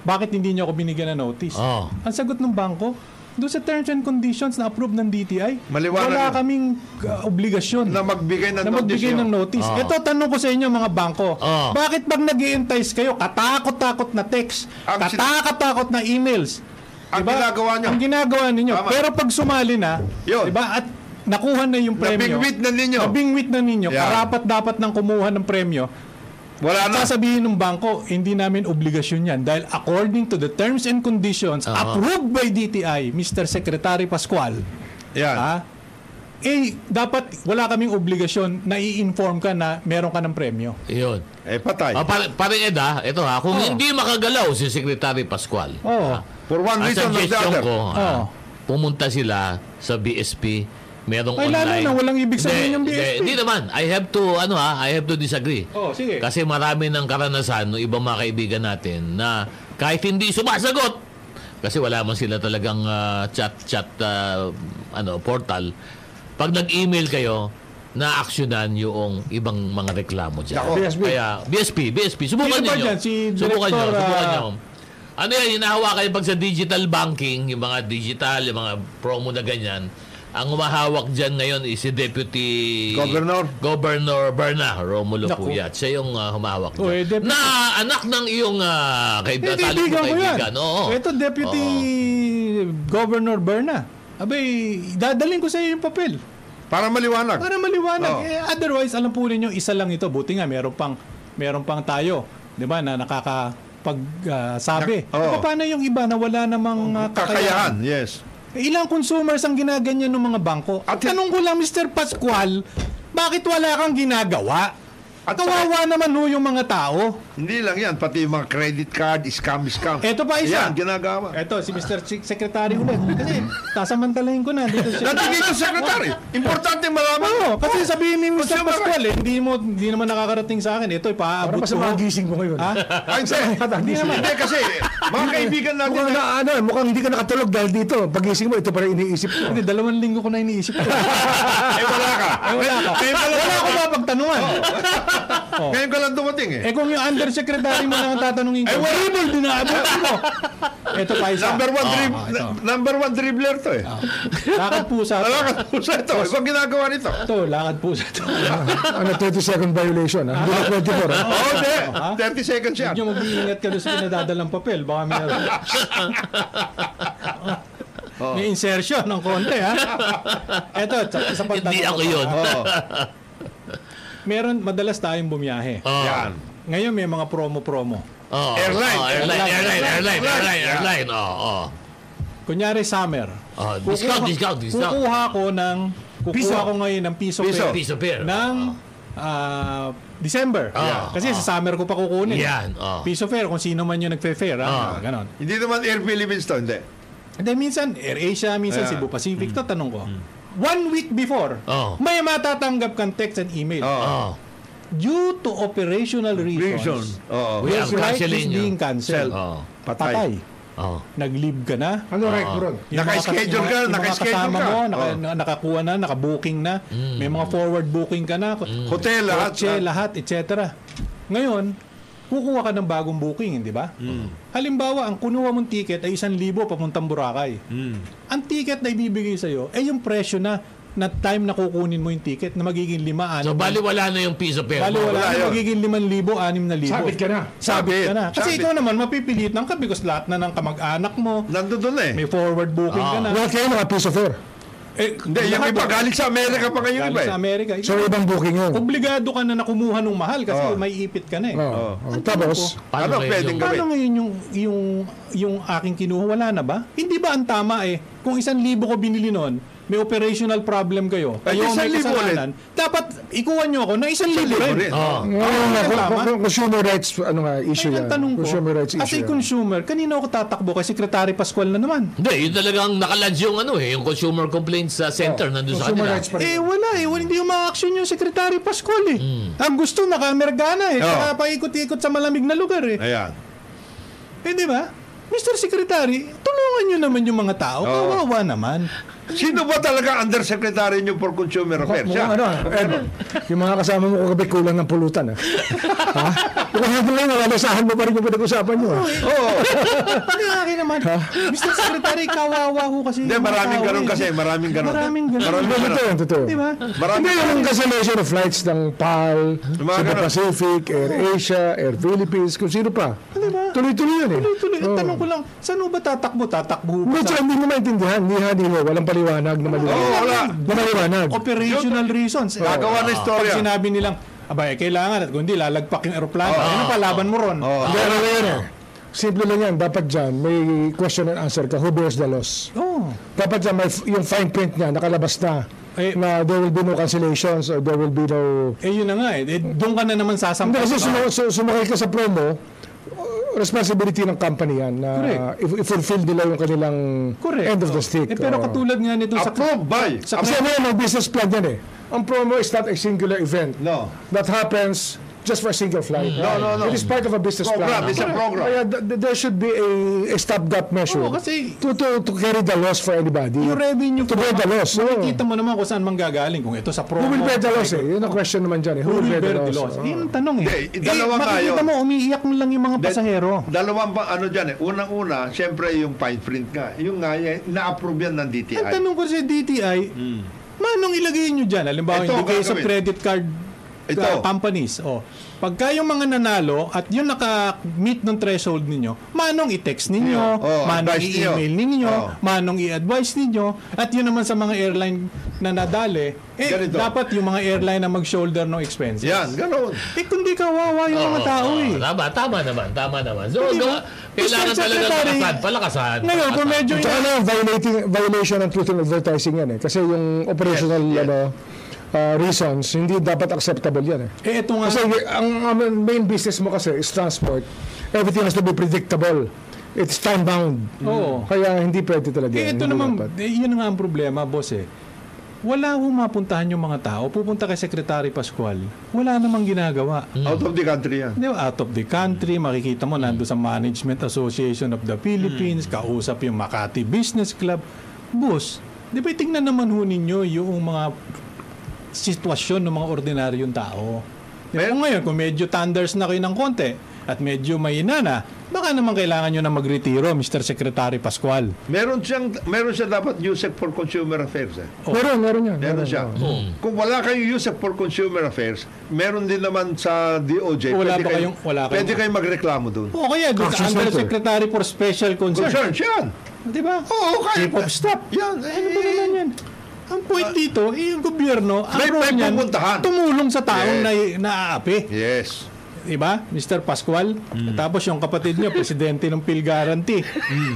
A: bakit hindi niyo ako binigyan ng notice?
C: Oo.
A: Ang sagot ng bangko, doon sa terms and conditions na approved ng DTI,
D: Maliwanag
A: wala
D: yun.
A: kaming uh, obligasyon
D: Na magbigay ng
A: na magbigay ng
D: notice.
A: notice. Ito, tanong ko sa inyo mga bangko.
C: Oo.
A: Bakit pag nag entice kayo, katakot-takot na text,
D: Ang sin-
A: katakot-takot na emails,
D: Ang
A: Diba?
D: ginagawa niyo.
A: Ang ginagawa ninyo.
D: Tama.
A: Pero pag sumali na,
D: Yun.
A: diba, at nakuha na yung premyo.
D: Nabigwit na ninyo.
A: Nabingwit na ninyo.
D: Yan.
A: Karapat dapat nang kumuha ng premyo.
D: Wala na.
A: Sasabihin ng bangko, hindi namin obligasyon yan dahil according to the terms and conditions
C: Oo.
A: approved by DTI, Mr. Secretary Pascual,
D: Yan.
A: ha? Eh, dapat wala kaming obligasyon na i-inform ka na meron ka ng premyo.
C: Yun.
D: Eh, patay.
C: Ah, pare, pare Ed ha, ito ha,
A: Oh.
C: kung hindi makagalaw si Secretary Pascual,
A: Oo.
D: For one
C: ang
D: reason or the
C: suggestion
D: other.
C: ko,
A: Oo.
C: ah, pumunta sila sa BSP, merong
A: Ay, lalo
C: online.
A: na, walang ibig sabihin yung
C: Hindi, hindi,
A: BSP.
C: Hindi naman, I have to, ano ha, I have to disagree.
A: Oh, sige.
C: Kasi marami ng karanasan ng ibang mga kaibigan natin na kahit hindi sumasagot, kasi wala man sila talagang ah, chat-chat ah, ano portal, pag nag-email kayo, na-actionan yung ibang mga reklamo dyan.
D: Nako.
E: BSP.
C: Kaya, BSP, BSP. Subukan
A: Sino ba
C: ninyo.
A: dyan? Si
C: subukan
A: Director,
C: nyo, subukan
A: ah,
C: nyo. Ano yan, hinahawakan yung pag sa digital banking, yung mga digital, yung mga promo na ganyan. Ang humahawak dyan ngayon is si Deputy
D: Governor.
C: Governor Berna Romulo
A: Naku.
C: Puyat. Siya yung ah, humahawak
A: Oh, eh,
C: dyan.
A: Deputy-
C: na anak ng iyong uh,
A: Eh,
C: kaibigan.
A: kaibigan ko yan.
C: Oo.
A: Ito, Deputy Governor Berna. Abay, dadalhin ko sa iyo yung papel.
D: Para maliwanag.
A: Para maliwanag.
D: Oo.
A: Eh, otherwise, alam po ninyo, isa lang ito. Buti nga, meron pang, meron pang tayo. Di ba, na nakakapagsabi.
D: Nak- oh. oo.
A: Uh, Paano yung iba na wala namang uh, kakayahan?
D: Kakayahan, yes.
A: Eh, Ilang consumers ang ginaganyan ng mga bangko? At
D: At-
A: tanong ko lang, Mr. Pascual, bakit wala kang ginagawa?
D: At-
A: Kawawa naman ho yung mga tao.
D: Hindi lang yan, pati yung mga credit card, scam, scam.
A: Eto pa isa.
D: Yan, ginagawa.
A: Eto, si Mr. Chick- Secretary ulit. Kasi, tasamantalahin ko na. Dito siya.
D: Nandagin yung secretary. Importante malaman.
A: Oo, Ano? kasi sabihin ni Mr.
D: Kasi baka-
A: Pascual, eh, hindi mo hindi naman nakakarating sa akin. Ito,
E: Para
A: ipaabot
E: mas
A: ko.
E: magising mo ngayon.
A: Ha?
D: Ay, hindi.
E: Ah, Hindi naman.
D: Hindi kasi, eh, mga kaibigan natin.
E: Mukhang, na, ano, mukhang hindi ka nakatulog dahil dito. Pagising mo, ito pa rin iniisip ko.
A: Hindi, dalawang linggo ko na iniisip ko.
D: Eh, wala ka.
A: Eh, wala ka.
D: Eh, wala
A: Wala
D: ka.
A: akong mapagtanungan.
D: Ngayon ka lang dumating eh.
A: Eh kung yung undersecretary mo lang ang tatanungin ko, horrible, dinaabot mo. Ito pa isa.
D: Number one, drib- na- number one dribbler to eh.
A: Ah. Lakad pusa. to.
D: Talaga, puso ito. Ibang ginagawa nito.
A: Ito, lakad pusa. to.
E: ano, 30 second violation. ah. Hindi na 24. ah.
D: Oo, Oh, hindi. 30 seconds yan.
A: Medyo mag-iingat ka doon sa pinadadalang papel. Baka may... May insertion ng konti, ha? Ito, sa, sa pagtanong
C: Hindi
A: ko
C: ako
A: pa,
C: yun.
A: ha? Meron, madalas tayong bumiyahe.
C: Oo.
D: Yan.
A: Ngayon may mga promo-promo.
C: Oo.
D: Airline.
C: Oo, airline, airline, airline, airline,
D: Yeah.
C: airline. Oo, oo.
A: Kunyari, summer.
C: Oo, discount, discount, discount.
A: Kukuha ko ng... Kukuha
D: Piso.
A: ko ngayon ng piso, piso.
D: Piso.
C: Piece of beer.
A: ng ah, December.
C: Ah,
A: Kasi
C: ah.
A: sa summer ko pa kukunin.
C: Yan, ah.
A: Piso fair, kung sino man yung nagfe-fair. Ah,
C: Ah.
A: ganon.
D: Hindi naman Air Philippines to, hindi.
A: And then minsan, AirAsia, minsan
D: Yeah. Mm.
A: Cebu Pacific. to, tanong ko, one week before,
C: Oh.
A: may matatanggap kang text and email.
D: Oo.
C: Oo.
A: Due to operational
D: Oh. Reason.
A: reasons,
D: Oo.
C: We
A: your
C: are
A: flight is
C: canceling you.
A: being canceled.
C: Oo.
A: Patay.
D: Patay.
C: Oo.
A: Nag-leave ka na.
E: Ano right mo ron?
A: Yung mga kas- yung
D: Naka-schedule ka,
A: mga- yung mga
D: naka-schedule
A: kasama
D: ka.
A: Mo, naka,
D: Oh.
A: na- nakakuha na, nakabooking na. May
C: Mm.
A: mga forward booking ka na.
D: Hotel, lahat.
A: Kotse, lahat, etc. Ngayon, kukuha ka ng bagong booking, di ba?
E: Hmm.
A: Halimbawa, ang kunuha mong ticket ay isang libo papuntang Boracay.
E: Hmm.
A: Ang ticket na ibibigay sa'yo ay yung presyo na na time na kukunin mo yung ticket na magiging lima, anim.
C: So, baliwala na yung piece of beer.
A: Ano Bali, wala,
D: wala
A: na
D: yun.
A: magiging liman libo, anim na libo.
E: Sabit ka na.
A: Sabit ka na. Kasi
D: Sabit.
A: ikaw naman, mapipilit ng ka because lahat na ng kamag-anak mo.
D: Nandun doon eh.
A: May forward booking ka na.
E: Ah. Well, kayo naka piece of air.
A: Eh,
D: Hindi, yung
A: lahat
D: iba,
A: doon.
D: galing sa Amerika pa kayo iba
A: Galing
D: eh.
A: sa Amerika.
E: So, ibang booking yun.
A: Obligado ka na nakumuha ng mahal kasi
D: Oh.
A: may ipit ka na eh.
E: Oo. Oo. Tapos,
D: Ano
C: ngayon
D: pwedeng
C: yung-
D: gawin?
A: Paano ngayon yung, yung, yung aking kinuha? Wala na ba? Hindi ba ang tama eh? Kung isang libo ko binili noon, may operational problem kayo. Kayo
D: Ay,
A: ang
D: isang
A: may
D: libo
A: kasalanan. Dapat ikuha nyo ako na isang libo
D: Libre
A: rin.
D: rin.
C: Oo.
E: ngayon na,
A: Tama.
E: co- co- consumer rights, ano nga, issue
A: Ngayon
E: yan.
A: ang tanong ko,
E: Consumer rights
A: as a
E: issue. yan.
A: consumer, kanino ako tatakbo kay Secretary Pascual na naman?
C: Hindi, yun talagang nakalodge yung ano eh, yung Consumer Complaints uh,
A: Oh,
C: Center nandun sa
E: Consumer
C: kanila.
E: rights pa rin.
A: Eh wala eh, Wala- hindi yung ma-action yung Secretary Pascual eh. Ang gusto naka-Amerikana eh,
D: Oo.
A: saka paikot-ikot sa malamig na lugar eh.
D: Ayan.
A: Eh, di ba? Mr. Secretary, tulungan nyo naman yung mga tao.
D: Oo.
A: Kawawa naman.
D: Sino ba talaga undersecretary niyo for consumer affairs?
E: Mukhang ano,
D: Siya.
E: eh, yung mga kasama mo kagabi kulang ng pulutan. ah. ha? Mukhang hapon lang, nalalasahan mo pa rin yung pinag-usapan nyo.
A: Oh,
E: ah.
A: eh, Ano yung akin naman? Mr. Secretary, kawawa ho kasi.
D: Hindi,
A: yung mga
D: maraming
A: tao
D: ganun
A: eh.
D: kasi. Maraming ganun.
A: Maraming ganun.
E: Hindi,
D: Maraming
E: totoo yan,
D: ganun.
E: totoo.
A: Di ba?
D: Maraming
E: Hindi yung
D: ganun.
E: cancellation of flights ng PAL,
D: Yung mga
E: Cebu
D: ganun.
E: Pacific, Air
A: Oh.
E: Asia, Air Philippines, kung sino pa. Tuloy-tuloy yan eh.
A: Diba? Tuloy-tuloy.
E: Oo.
A: Tanong ko lang, saan ho ba tatakbo? Tatakbo ho ba
E: Medyo
A: sa
E: hindi mo maintindihan. Hindi ha, hindi ho. Walang paliwanag na
D: Oo,
E: maliwanag.
D: wala.
E: Na maliwanag.
A: operational reasons? Eh,
D: Gagawa na
A: Pag
D: istorya.
A: sinabi nilang, Abay, kailangan at kundi lalagpak yung aeroplano.
E: Oh.
A: ano pa, laban mo ron.
D: Oh.
E: Pero ngayon, eh, simple lang yan. Dapat dyan, may question and answer ka. Who bears the loss?
A: Oh.
E: Dapat dyan, may, f- yung fine print niya, nakalabas na.
A: Eh,
E: na there will be no cancellations or there will be no...
A: Eh, yun na nga eh. eh doon ka na naman Ah, sasampa.
E: Hindi kasi sumu- su- sumakay ka sa promo, uh, responsibility ng company yan na
A: Correct.
E: if, fulfill nila yung kanilang
A: Correct.
E: end of the
A: Oh.
E: stick.
A: Eh, pero
E: Oo.
A: katulad nga nito sa...
D: Approved by.
A: Sa
E: Kasi ano yan, ang business plan yan eh. Ang promo is not a singular event.
D: No.
E: That happens just for a single flight.
D: No, no, no.
E: It is part of a business
D: Program,
E: plan.
D: it's a program.
E: Kaya th- th- there should be a, a stopgap measure
A: Oo, kasi-
E: to, to, to carry the loss for anybody.
A: Yung revenue
E: to bear the loss. oo.
A: Makikita mo naman kung saan manggagaling. Kung ito sa promo.
E: Who will bear the loss eh? Yun ang question naman dyan eh.
A: Who will bear the loss?
E: Oo.
A: Yun ang tanong eh.
D: Hindi, dalawa nga
A: makikita
D: yun.
A: mo, umiiyak na lang yung mga
D: Then,
A: pasahero.
D: Dalawang pa, ano dyan eh. Unang-una, siyempre yung fine print nga. Yung nga, eh, na-approve yan ng DTI.
A: Ang tanong ko sa DTI, manong ilagay nyo dyan? Halimbawa,
D: Ito,
A: hindi kayo sa
D: gagawin.
A: credit card
D: Ito.
A: uh, companies. O, pagka yung mga nanalo at yung naka-meet ng threshold ninyo, manong i-text ninyo,
D: Yeah. Oh,
A: manong
D: advice ninyo.
A: i-email ninyo,
D: Oh.
A: manong i-advise ninyo, at yun naman sa mga airline na nadali, eh,
D: Ganito.
A: dapat yung mga airline na mag-shoulder ng expenses.
D: Yan, ganoon.
A: Eh, kundi kawawa yung mga
C: Oo,
A: tao
C: oo,
A: eh.
C: Tama, tama naman, tama naman. So,
A: Hindi
C: gawa-
A: ba?
C: kailangan
A: Mr.
C: talaga
A: Secretary,
C: palakasan, palakasan.
A: Ngayon, kung
C: palakasan.
A: medyo
E: Tsaka na ano, violating, violation ng truth in advertising yan eh. Kasi yung operational ano, uh, reasons, hindi dapat acceptable yan eh.
A: Eh, ito nga.
E: Kasi y- ang, ang main business mo kasi is transport. Everything has to be predictable. It's time-bound.
A: Oo.
E: Kaya hindi pwede talaga.
A: Eh,
E: yan.
A: ito
E: Hindi
A: naman,
E: dapat.
A: eh, yun nga ang problema, boss eh. Wala akong mapuntahan yung mga tao. Pupunta kay Secretary Pascual. Wala namang ginagawa.
D: Out of the country yan.
A: Di ba? Out of the country,
E: Hmm.
A: makikita mo nando sa Management Association of the Philippines,
E: Hmm.
A: kausap yung Makati Business Club. Boss, di ba tingnan naman ho ninyo yung mga sitwasyon ng mga ordinaryong tao. Di ba? Kung ngayon, kung medyo thunders na kayo ng konti at medyo may ina na, baka naman kailangan nyo na magretiro, Mr. Secretary Pascual.
D: Meron siyang meron siya dapat USEC for Consumer Affairs. Eh.
A: oh.
E: Meron, meron yan.
D: Meron siya.
A: Mm.
D: Kung wala kayong USEC for Consumer Affairs, meron din naman sa DOJ.
A: Wala
D: pwede
A: ba kayong- wala kayong-
D: Pwede kayong magreklamo doon.
A: O kaya doon sa
E: Conscious
A: under
E: voter.
A: secretary for special concern.
D: Concern, siyan.
A: Di ba?
D: Oo, kaya.
A: Chief of staff.
D: Yan. Eh,
A: Ano ba naman yan? Ang point dito, eh, yung gobyerno, ang
D: May-
A: role
D: may
A: niyan,
D: pupuntahan.
A: tumulong sa taong
D: Yes.
A: na naaapi.
D: Yes.
A: Di ba? Mr. Pascual. Tapos yung kapatid niya, presidente ng Pil Guarantee.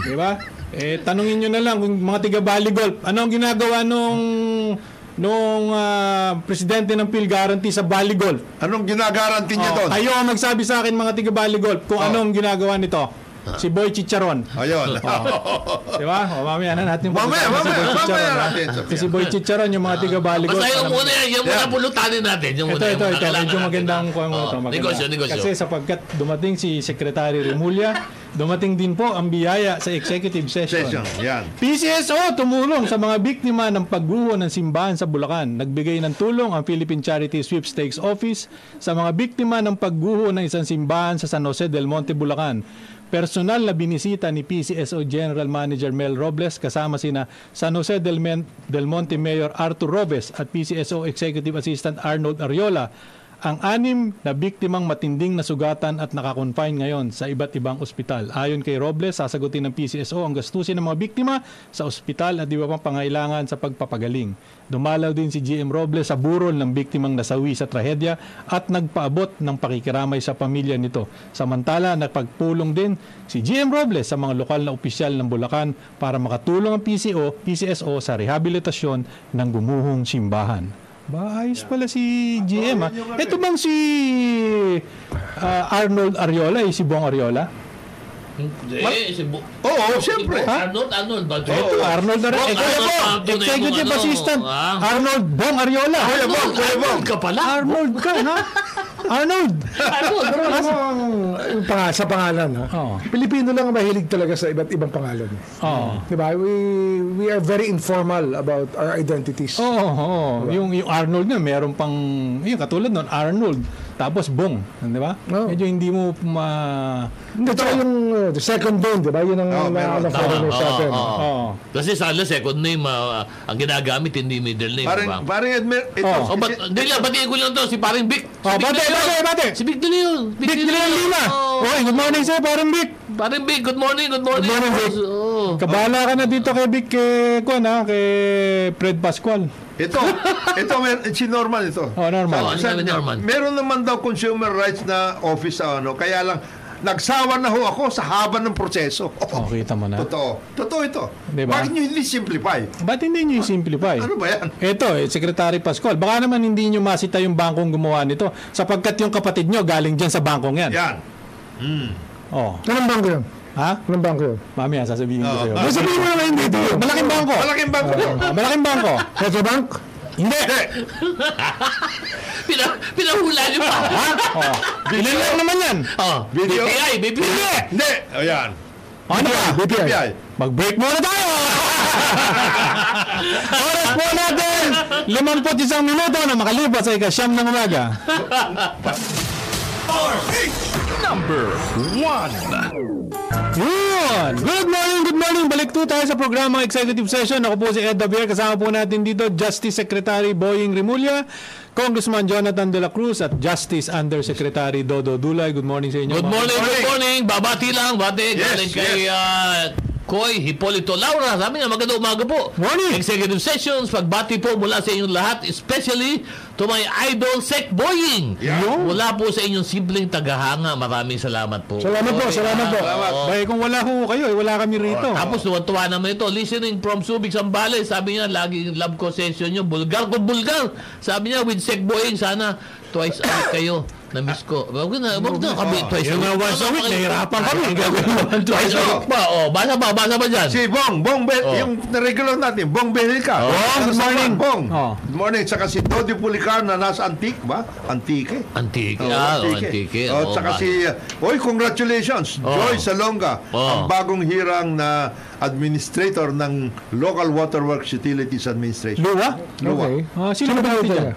A: Di ba? Eh, tanungin nyo na lang kung mga tiga Bali Golf, ano ang ginagawa nung nung ah, presidente ng Pil Guarantee sa Bali Golf?
D: Anong ginagaranti niya
A: Oh,
D: doon?
A: kayo ang magsabi sa akin mga tiga Bali Golf kung anong ginagawa nito. Si Boy Chicharon. Di
D: Ayun.
A: ba? Diba? O, mamaya na natin.
D: Mamaya,
A: pag-usapan si
D: mamaya,
A: Boy
D: mamaya
A: Chicharon, ha?
D: natin, Sophia.
A: Kasi Boy Chicharon, yung mga tiga Baligor.
C: Basta yung
A: alam-
C: muna yan, yung muna
D: Yeah.
C: pulutanin natin. Yung
A: Ito,
C: muna,
A: ito,
C: yung
A: ito.
C: kailangan
A: Medyo
C: natin.
A: magandang kuha mo
C: Oo,
A: ito. maganda.
C: Negosyo, negosyo.
A: Kasi sapagkat dumating si Secretary Remulla, dumating din po ang biyaya sa executive session.
D: Session. Yan.
A: PCSO tumulong sa mga biktima ng pagguho ng simbahan sa Bulacan. Nagbigay ng tulong ang Philippine Charity Sweepstakes Office sa mga biktima ng pagguho ng isang simbahan sa San Jose del Monte, Bulacan. Personal na binisita ni PCSO General Manager Mel Robles kasama sina San Jose del, Men- del Monte Mayor Arthur Robes at PCSO Executive Assistant Arnold Ariola ang anim na biktimang matinding nasugatan at nakakonfine ngayon sa iba't ibang ospital. Ayon kay Robles, sasagutin ng PCSO ang gastusin ng mga biktima sa ospital at iba pang pangailangan sa pagpapagaling. Dumalaw din si GM Robles sa burol ng biktimang nasawi sa trahedya at nagpaabot ng pakikiramay sa pamilya nito. Samantala, nagpagpulong din si GM Robles sa mga lokal na opisyal ng Bulacan para makatulong ang PCO, PCSO sa rehabilitasyon ng gumuhong simbahan. Ba, ayos pala si GM ha. Ito bang si ah, Arnold Ariola, eh, si Bong Ariola?
C: Eh, si Bu-
D: Oo, oh, siyempre.
C: Ha? Arnold, Arnold. ba?
A: Ito, Arnold Ariola.
C: Bong,
A: Eh, Kuya
C: Arnold,
A: Bong,
C: Arnold, eh,
A: executive
C: kung ano,
A: assistant.
C: ah.
A: Arnold Bong Ariola.
C: Arnold, Arnold ka pala.
A: Arnold ka, ha? Arnold!
C: Arnold,
E: Pero alam mo, ang, yung pang- sa pangalan ha,
A: Oo.
E: Pilipino lang ang mahilig talaga sa iba't ibang pangalan.
A: Oo.
E: Diba? We, we are very informal about our identities.
A: Oo, oo. Yung, yung Arnold na, meron pang, yun, katulad nun, Arnold. Tapos Bong, di ba?
E: Oo.
A: Medyo hindi mo ma...
E: Hindi, tsaka yung uh, the second bone, di ba? Yun ang
D: Oo,
E: oh,
D: meron.
E: na-foreigners
C: Tama,
E: sa atin.
C: oo, oo.
A: Oo.
C: Kasi sa ala, second name, ah, ang ginagamit, hindi middle name.
D: Parang,
C: ba?
D: parang admir... Ito,
A: Oh.
C: Oh, ba't, hindi lang, batiin ko lang to, si paring Vic. Si
A: Oh,
C: Vic
A: bate,
C: na yun.
A: bate, bate.
C: Si Vic na yun.
A: Vic
C: Vic na yun.
A: Dilan Lima!
C: Oh,
A: Oy, good morning sa'yo, parang Vic!
C: Paring Vic, good morning, good morning.
A: Good morning, Vic.
C: Oh.
A: Kabala ka na dito kay Vic, kay, kwan, ha? kay Fred Pascual.
D: Ito, ito, mer- si Norman ito.
A: Oh, normal.
C: Oo, ano sabi ni Norman?
D: Meron naman daw consumer rights na office sa ano, kaya lang, nagsawa na ho ako sa haba ng proseso.
A: Oh, kita mo na.
D: Totoo. Totoo ito.
A: Di ba?
D: Bakit nyo hindi simplify?
A: Ba't hindi nyo i-simplify?
D: Ano ba yan?
A: Ito, eh, Secretary Pascual, baka naman hindi nyo masita yung bangkong gumawa nito sapagkat yung kapatid nyo galing dyan sa bangkong yan.
D: Yan.
A: Oh.
E: Anong bangko yun?
A: Ha?
E: Anong bangko yun?
A: Mamaya, sasabihin ko
D: Oo.
A: sa'yo.
E: Basta sabihin mo naman hindi ito yun.
A: Malaking bangko.
D: Malaking bangko yun.
A: Ah, Malaking bangko.
E: Metrobank?
A: Hindi.
C: Pina, pinahula niyo pa.
A: Oh. Ilan lang naman yan?
C: oh,
D: Video?
C: BPI, BPI.
D: Hindi. O yan.
A: Ano ba?
E: BPI.
D: BPI.
A: Mag-break muna tayo! Oras po natin! 51 minuto na makalipas ay kasyam ng umaga.
B: Number 1.
A: Yun! Good morning, good morning! Balik po tayo sa programang Executive Session. Ako po si Ed Davier. Kasama po natin dito Justice Secretary Boying Remulla, Congressman Jonathan De La Cruz at Justice Undersecretary Dodo Dulay. Good morning sa inyo.
C: Good
A: mga-
C: morning, good
D: Morning.
C: morning. Babati lang, bati.
D: Yes,
C: galing kay ah, Koy Hipolito Laura. Sabi niya, maganda umaga po.
A: Morning.
C: Executive Sessions, pagbati po mula sa inyong lahat, especially to my idol, Sec Boying. Mula po sa inyong simpleng tagahanga. Maraming salamat po.
E: Salamat po,
C: Okay, ah,
E: salamat po.
C: oo.
A: Bay, kung wala ho kayo, eh, wala kami rito.
C: Tapos tuwa-tuwa naman ito. Listening from Subic Zambales. Sabi niya, laging love ko session niyo. Bulgar ko bulgar. Sabi niya, with Sec Boying, sana twice a week kayo. Na-miss ko. Huwag na, huwag na kami twice
A: Eh,
C: a
A: Yung
C: week.
A: mga once a week, nahirapan kami. Gagawin naman to.
C: Twice a week pa. Oh, basa pa, basa pa dyan.
D: Si Bong, Bong, Be-
C: Oh.
D: yung regular natin, Bong Behilka.
C: Oh,
D: good morning. Bong.
A: Oh.
D: Good morning. Tsaka si Dodi Pulicar na nasa Antique ba? Antique.
C: Antike.
D: Oo,
C: ah, oh,
D: Antique.
C: antike.
D: Oh,
C: Oo, ba- Oh.
D: tsaka si, uh, oy, congratulations,
C: Oo.
D: Joy Salonga,
C: Oo.
D: ang bagong hirang na administrator ng Local Waterworks Utilities Administration.
A: Luwa?
E: Okay.
A: Ah, sino ba dati dyan?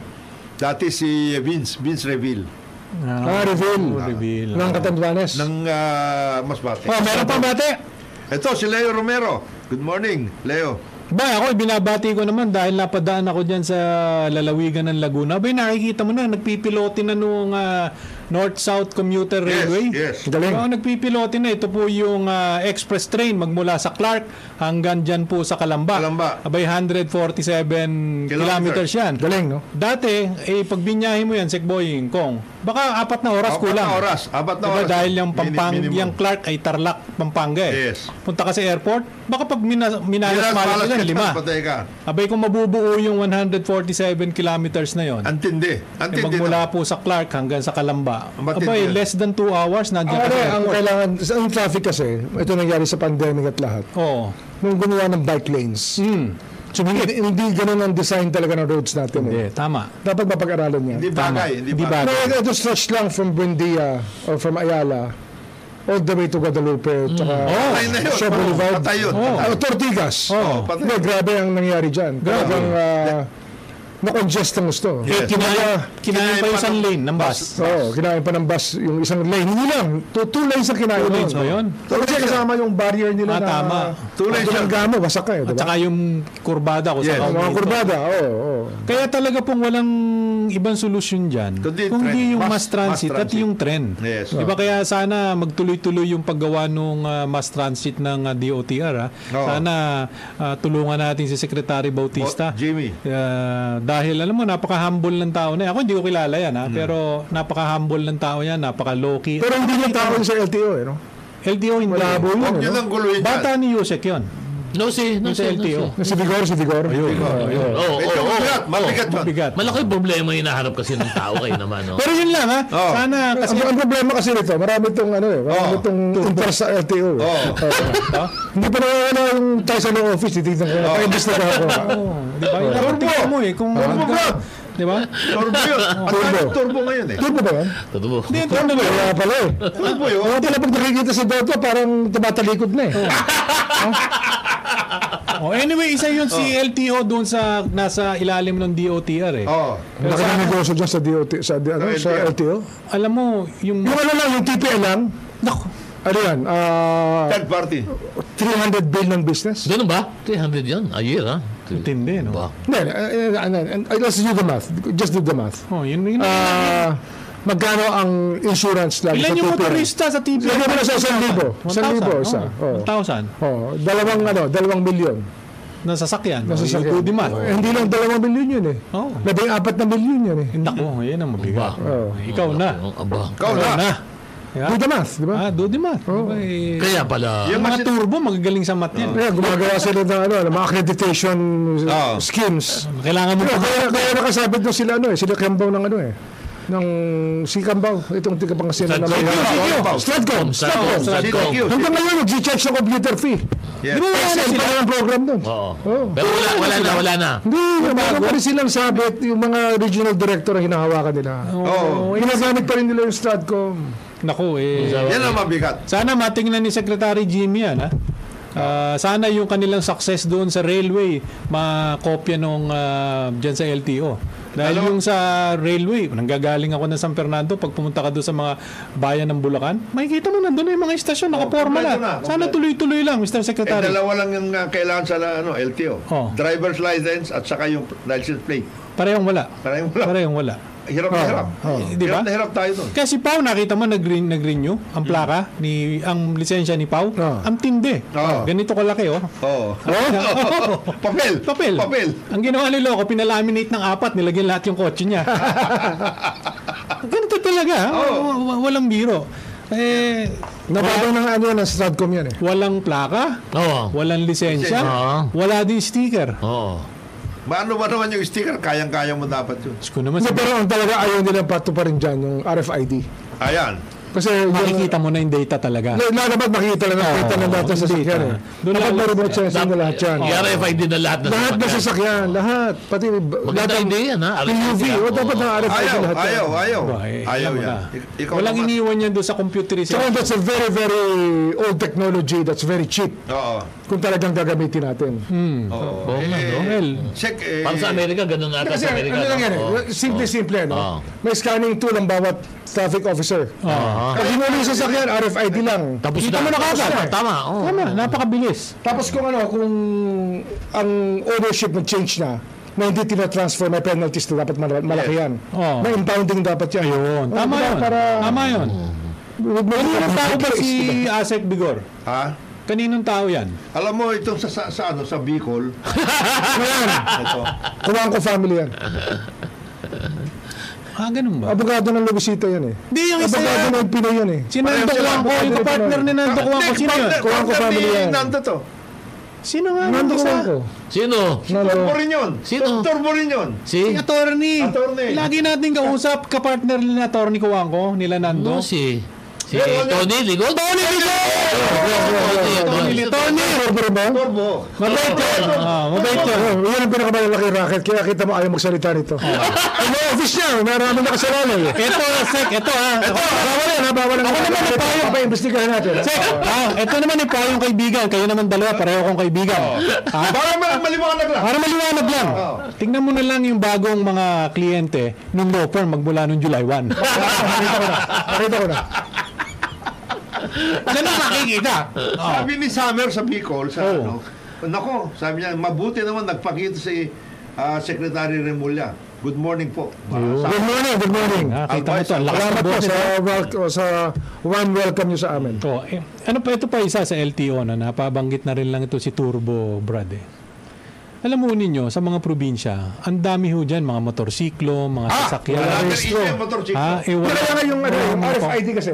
D: Dati si Vince, Vince Reville,
E: Ah, reveal.
A: Reveal.
D: Ah.
E: Ng Katanduanes.
D: ng uh, Masbate.
A: Oh, meron pa bate?
D: Ito, si Leo Romero. Good morning, Leo.
A: Ba, ako binabati ko naman dahil napadaan ako diyan sa lalawigan ng Laguna. Ba, nakikita mo na nagpipilote na nung ah, North-South Commuter Railway.
D: yes.
E: Galing.
A: Oo, nagpipilote na. Ito po yung ah, express train magmula sa Clark hanggang diyan po sa Calamba.
D: Calamba.
A: Abay 147
D: Kilometers.
A: kilometers yan.
E: Galing, no?
A: Dati, eh, pagbinyahin mo yan, Sekboying, Kong, baka apat na oras
D: Apat
A: kulang.
D: na oras, apat na
A: Diba?
D: oras.
A: Dahil yung,
D: Mini-
A: Pampang,
D: minimum.
A: yung Clark ay Tarlac, Pampanga eh.
D: Yes.
A: Punta ka sa airport, baka pag mina, minalas malas
D: Minas Malas
A: ka dyan,
D: Quezon,
A: lima.
D: Patay ka.
A: Abay kung mabubuo yung 147 kilometers na yon,
D: Antindi.
A: eh,
D: Antindi.
A: magmula po sa Clark hanggang sa Kalamba,
D: Ang batid
A: abay
D: yun.
A: less than 2 hours nandiyan ka
E: Ano,
A: sa
E: ang
A: airport.
E: kailangan, ang traffic kasi, ito nangyari sa pandemic at lahat,
A: Oo.
E: nung gumawa ng bike lanes.
D: Hmm.
A: Mm.
E: Sumingit. Hindi ganun ang design talaga ng roads natin.
A: Hindi,
E: eh.
A: tama.
E: Dapat mapag-aralan niya.
D: Hindi bagay. Hindi
A: Di
D: bagay.
A: ba?
E: No, ito stretch lang from Buendia or from Ayala all the way to Guadalupe tsaka
D: Patay
A: Oh,
D: na Hmm. Oh. yun.
E: Shaw
D: Oo,
E: Boulevard.
D: Patay yun.
A: Oo.
D: Patay.
E: Ah, Tortigas.
A: Oo.
D: Patay.
E: No, grabe ang nangyari dyan. Talagang ah, na-congest ang gusto.
D: Yes.
A: Kinain, kinain pa yung
D: pa ng-
A: isang lane ng bus.
E: Oo, kinain pa ng bus yung isang lane. Hindi lang. Two, two lanes ang kinain.
A: Two
E: nun.
A: lanes ba yun?
E: Oo, Kasi kasama yung barrier
A: Ah,
E: nila na...
A: tama.
D: Two lanes yun.
E: Ang gamo, wasak ka eh.
A: At
E: Diba?
A: saka yung kurbada ko sa
D: Yes.
E: Ang mga
A: Kaugnayan.
E: kurbada, oo. oo.
A: Kaya talaga pong walang ibang solusyon dyan.
D: Kundi
A: kung
D: tren.
A: di yung mass,
D: Mass-
A: transit,
D: mass
A: at
D: transit.
A: yung tren.
D: Yes.
A: Di ba kaya sana magtuloy-tuloy yung paggawa ng mass transit ng ah, DOTR. ah.
D: Oo.
A: Sana ah, tulungan natin si Secretary Bautista.
D: Bo- Jimmy.
A: Ah, dahil alam mo, napaka-humble ng tao na yan. Ako hindi ko kilala yan ha, pero napaka-humble ng tao yan, napaka-low-key.
E: Pero hindi lang tao sa LTO eh, no?
A: LTO hindi.
E: Malabo yun.
D: Huwag
E: eh,
D: nyo
E: no?
D: nang guluhin yan.
A: Bata ni Yusek yun.
C: No si, no
A: Yung sa
C: si, no si.
A: LTO.
E: Si Vigor, si Vigor. Oo, oo.
C: Oo, oo,
D: Medyo
C: oo.
A: Oh,
D: mabigat. Mabigat yun.
A: Bigat.
C: Malaki problema yung hinaharap kasi ng tao kayo naman. Oh.
A: Pero yun lang ha.
D: Oo.
A: Sana kasi...
E: Ang, ang problema kasi nito, marami itong ano eh, marami
D: Oo.
E: itong inter sa LTO. eh.
D: Oo.
A: Oh. Ha? Oh.
E: Hindi pa naman ano yung tayo sa law office, titignan ko na, kaya na ako.
A: Oo, di ba? Yung nakatingin mo eh. Kung, Diba?
D: Turbo vlog.
A: di ba?
D: Turbo yun. Ang daming turbo ngayon
E: Turbo.
D: eh.
E: Turbo ba yan?
C: Totoo.
A: Hindi, ito na lang.
E: Wala pala eh.
D: Turbo yun.
E: Wala pala pag nakikita sa Dota, parang tumatalikod na eh.
A: Oh, anyway, isa yun si LTO doon sa nasa ilalim ng DOTR eh.
D: Oo.
E: Ang laki ng negosyo dyan sa DOT, sa, di- ano, sa
D: LTO.
E: LTO.
A: Alam mo, yung...
E: Yung ano lang, yung TPL lang,
A: Naku,
E: ano yan, ah,
D: Third party.
E: 300 billion ng business.
C: Ganun ba? 300 yan. A year, ha?
A: tindi, no?
C: Ba?
E: Hindi, eh, eh, ano, and- and let's do the math. Just do the math.
A: Oh, yun, yun.
E: Ah, magkano ang insurance lagi
A: Ilan yung
E: TPL?
A: motorista sa TV?
E: Lagyan mo na sa 1,000.
A: 1,000.
E: 1,000 isa.
A: oh,
E: Oo.
A: 1,000.
E: Oh, dalawang ano, dalawang milyon.
A: na sasakyan. o
E: Nasa
A: yung 2D man.
E: Eh, Hindi lang dalawang milyon yun eh.
A: Oo.
E: Labing apat na milyon yun eh.
A: Nako, yun ang mabigat.
C: Aba.
A: Oh, Ikaw na.
C: Aba.
D: Ikaw
A: Ikaw
D: na.
A: na.
E: Do the math, di ba?
A: Ah, do the math.
E: Oo.
A: Diba, eh,
C: Kaya pala.
A: yung mga
D: Kasi-
A: turbo, magagaling sa math yan.
E: Kaya gumagawa sila ng, ano, ng mga accreditation
A: Ah.
D: Oo.
E: schemes.
A: Kailangan mo
E: Kaya, kaya, kaya nakasabit nung sila ano eh, sila Kambaw ng ano eh. Ng si Kambaw, itong tiga pangasinan na oh,
C: Stratcom.
E: mga.
D: Stratcom.
E: Stratcom. Stratcom.
D: Thank you.
E: Hanggang ngayon, nag-check sa computer fee.
D: Yes.
E: Di ba wala na sila ng program doon?
C: Oo. Pero wala, wala na, wala na.
E: Hindi, meron pa rin silang sabit, yung mga regional director ang hinahawakan nila.
D: Oo.
E: Ginagamit pa rin nila yung Stratcom.
A: Nako, eh.
D: Yan ang mabigat.
A: Sana matingnan ni Secretary Jimmy yan, ha? Ah, sana yung kanilang success doon sa railway makopya nung ah, dyan sa LTO. Dahil
D: Alam-
A: yung sa railway, nanggagaling ako ng San Fernando, pag pumunta ka doon sa mga bayan ng Bulacan, makikita mo nandun na yung mga istasyon, nakaporma
D: Oh, kompleto
A: na.
D: na,
A: Sana
D: kompleto.
A: tuloy-tuloy lang, Mr.
D: Eh,
A: Secretary.
D: dalawa lang yung uh, kailangan sa ano, LTO.
A: Oo.
D: Driver's license at saka yung license plate.
A: Parehong wala.
D: Parang wala.
A: Parehong wala.
D: Hirap na hirap.
A: Oh. Di ba?
D: Hirap na hirap tayo doon.
A: Kasi Pau, nakita mo nag-renew, nag-renew
D: Hmm.
A: ang plaka, ni, ang lisensya ni Pau.
E: Ah.
A: Ang tindi.
D: Ah.
A: Ganito kalaki, oh.
D: Oo. Papel.
A: Papel.
D: Papel.
A: Ang ginawa ni Loco, pinalaminate ng apat, nilagyan lahat yung kotse niya. Ganito talaga. ha? W- w- Walang biro. Eh,
E: Nababa ng ano yan, ng Stratcom yan eh.
A: walang plaka,
C: Oo.
A: walang lisensya,
C: Oo.
A: wala din sticker.
C: Oo.
D: Maano ba naman yung sticker? Kayang-kaya mo dapat yun.
A: Diyos ko naman,
E: Hindi,
A: sabi-
E: pero ang talaga ayaw nila patuparin dyan, yung RFID.
D: Ayan.
E: Kasi yung-
A: makikita mo na yung data talaga.
E: Na, na dapat makita lang, nakita ng lahat ng sasakyan eh.
A: Doon
E: Dapat
A: lang-
E: meron mo chance na
C: Dap-
E: lahat yan.
C: Yung RFID na lahat na
E: Lahat ng
C: sasakyan.
E: sasakyan, lahat. Pati lahat
C: Maganda
E: ng
C: hindi yan, ha?
E: PUV. O Oh, dapat na RFID
D: Ayaw,
E: lahat
D: ayaw,
E: yan.
D: ayaw.
A: Ba, eh,
D: Ayaw
A: alam mo
D: yan.
A: na.
D: Ik- Ikaw
A: walang
D: naman.
A: iniwan yan doon sa computerization.
E: So that's a very, very old technology that's very cheap
D: Oo.
E: kung talagang gagamitin natin.
D: Oo.
C: Oo nga, no?
A: Well,
D: Check eh.
C: Parang sa Amerika, ganun na ata
E: Kasi
C: sa Amerika.
E: ano lang yan,
C: no? Oo.
E: eh, simple-simple. No?
C: Oo.
E: May scanning tool ang bawat traffic officer.
C: Oo.
E: Pag hinuli yung sasakyan, RFID lang.
C: Tapos na.
E: Kita mo na eh.
C: Tama,
E: kagad.
C: tama. oo.
A: tama, napakabilis.
E: Tapos kung ano, kung ang ownership mag-change na, na hindi tinatransfer, may penalties na dapat mal- malaki yan.
A: Oo.
E: May impounding dapat yan.
A: Yun,
E: Oo,
A: tama
E: diba?
A: yun.
E: Para,
A: Tama yun.
E: Huwag mo
A: Kaninong tao ba si
E: si...
A: Asek Bigor?
D: Ha?
A: Kaninong tao yan?
D: Alam mo itong sa, sa, sa ano sa Bicol. Ito.
E: Kuhaan ko family yan.
A: Ah, ganun ba?
E: Abogado ng Luisito yan eh.
A: Hindi yung isa
E: Abogado
A: yan.
E: ng Pinoy yan eh.
A: Si Nando
D: Pareho sila.
A: Kuwang ko, yung kapartner ni Nando Kuwang ko, sino yun?
D: Kuha ko family yan. Nando to.
A: Sino nga yung
E: Nando
A: isa?
E: ko.
C: Sino?
E: Nando.
D: Turbo rin yun.
C: Sino?
D: Turbo rin yun.
C: Si?
A: Si Eh. attorney.
D: Attorney.
A: Lagi natin kausap, kapartner ni attorney Kuwang ko, nila
C: No,
A: Nando.
C: si... Si Tony Ligod. Tony Ligod!
A: Tony Ligod.
E: Tony! Turbo ba?
D: Turbo.
E: Mabait yan.
A: Ah, mabait
E: Ito,
A: yun.
E: yan ang pinakamalaki racket. Kaya kita mo ayaw magsalita nito. Ano office niya? Marami na kasalanan eh.
A: Ah. Ito, Sek, ito ah. Ito,
E: Bawal yan, ha? Bawal yan. Ako naman ang payong pa, imbestigahan natin.
A: Sek, ah, ito naman yung parang kaibigan. Kayo naman dalawa, pareho kong kaibigan. Ah,
D: Para ma- maliwanag lang.
A: Para maliwanag lang. Oh. Tingnan mo na lang yung bagong mga kliyente nung law firm magmula nung July 1.
E: Nakita ko na. Nakita ko na.
A: Ganun makikita.
D: Sabi ni Summer sa Bicol, sa
A: Oo.
D: ano, nako, sabi niya, mabuti naman nagpakita si ah, Secretary Remulla. Good morning po. Sa-
E: Good morning, good morning.
A: Ah, kita mo ito, ang lakas
E: Salamat
A: ng
E: po
A: boses.
E: sa, wel- o sa one welcome niyo sa amin.
A: Oh, eh, ano pa ito pa isa sa LTO na napabanggit na rin lang ito si Turbo Brad eh. Alam mo ninyo, sa mga probinsya, ang dami ho dyan, mga motorsiklo, mga sasakyan.
D: Wala
E: Wala
D: nang isa yung motorsiklo.
A: Ah, eh, wala.
E: Kaya nga yung, ano, yung
A: Wala po.
E: RFID kasi,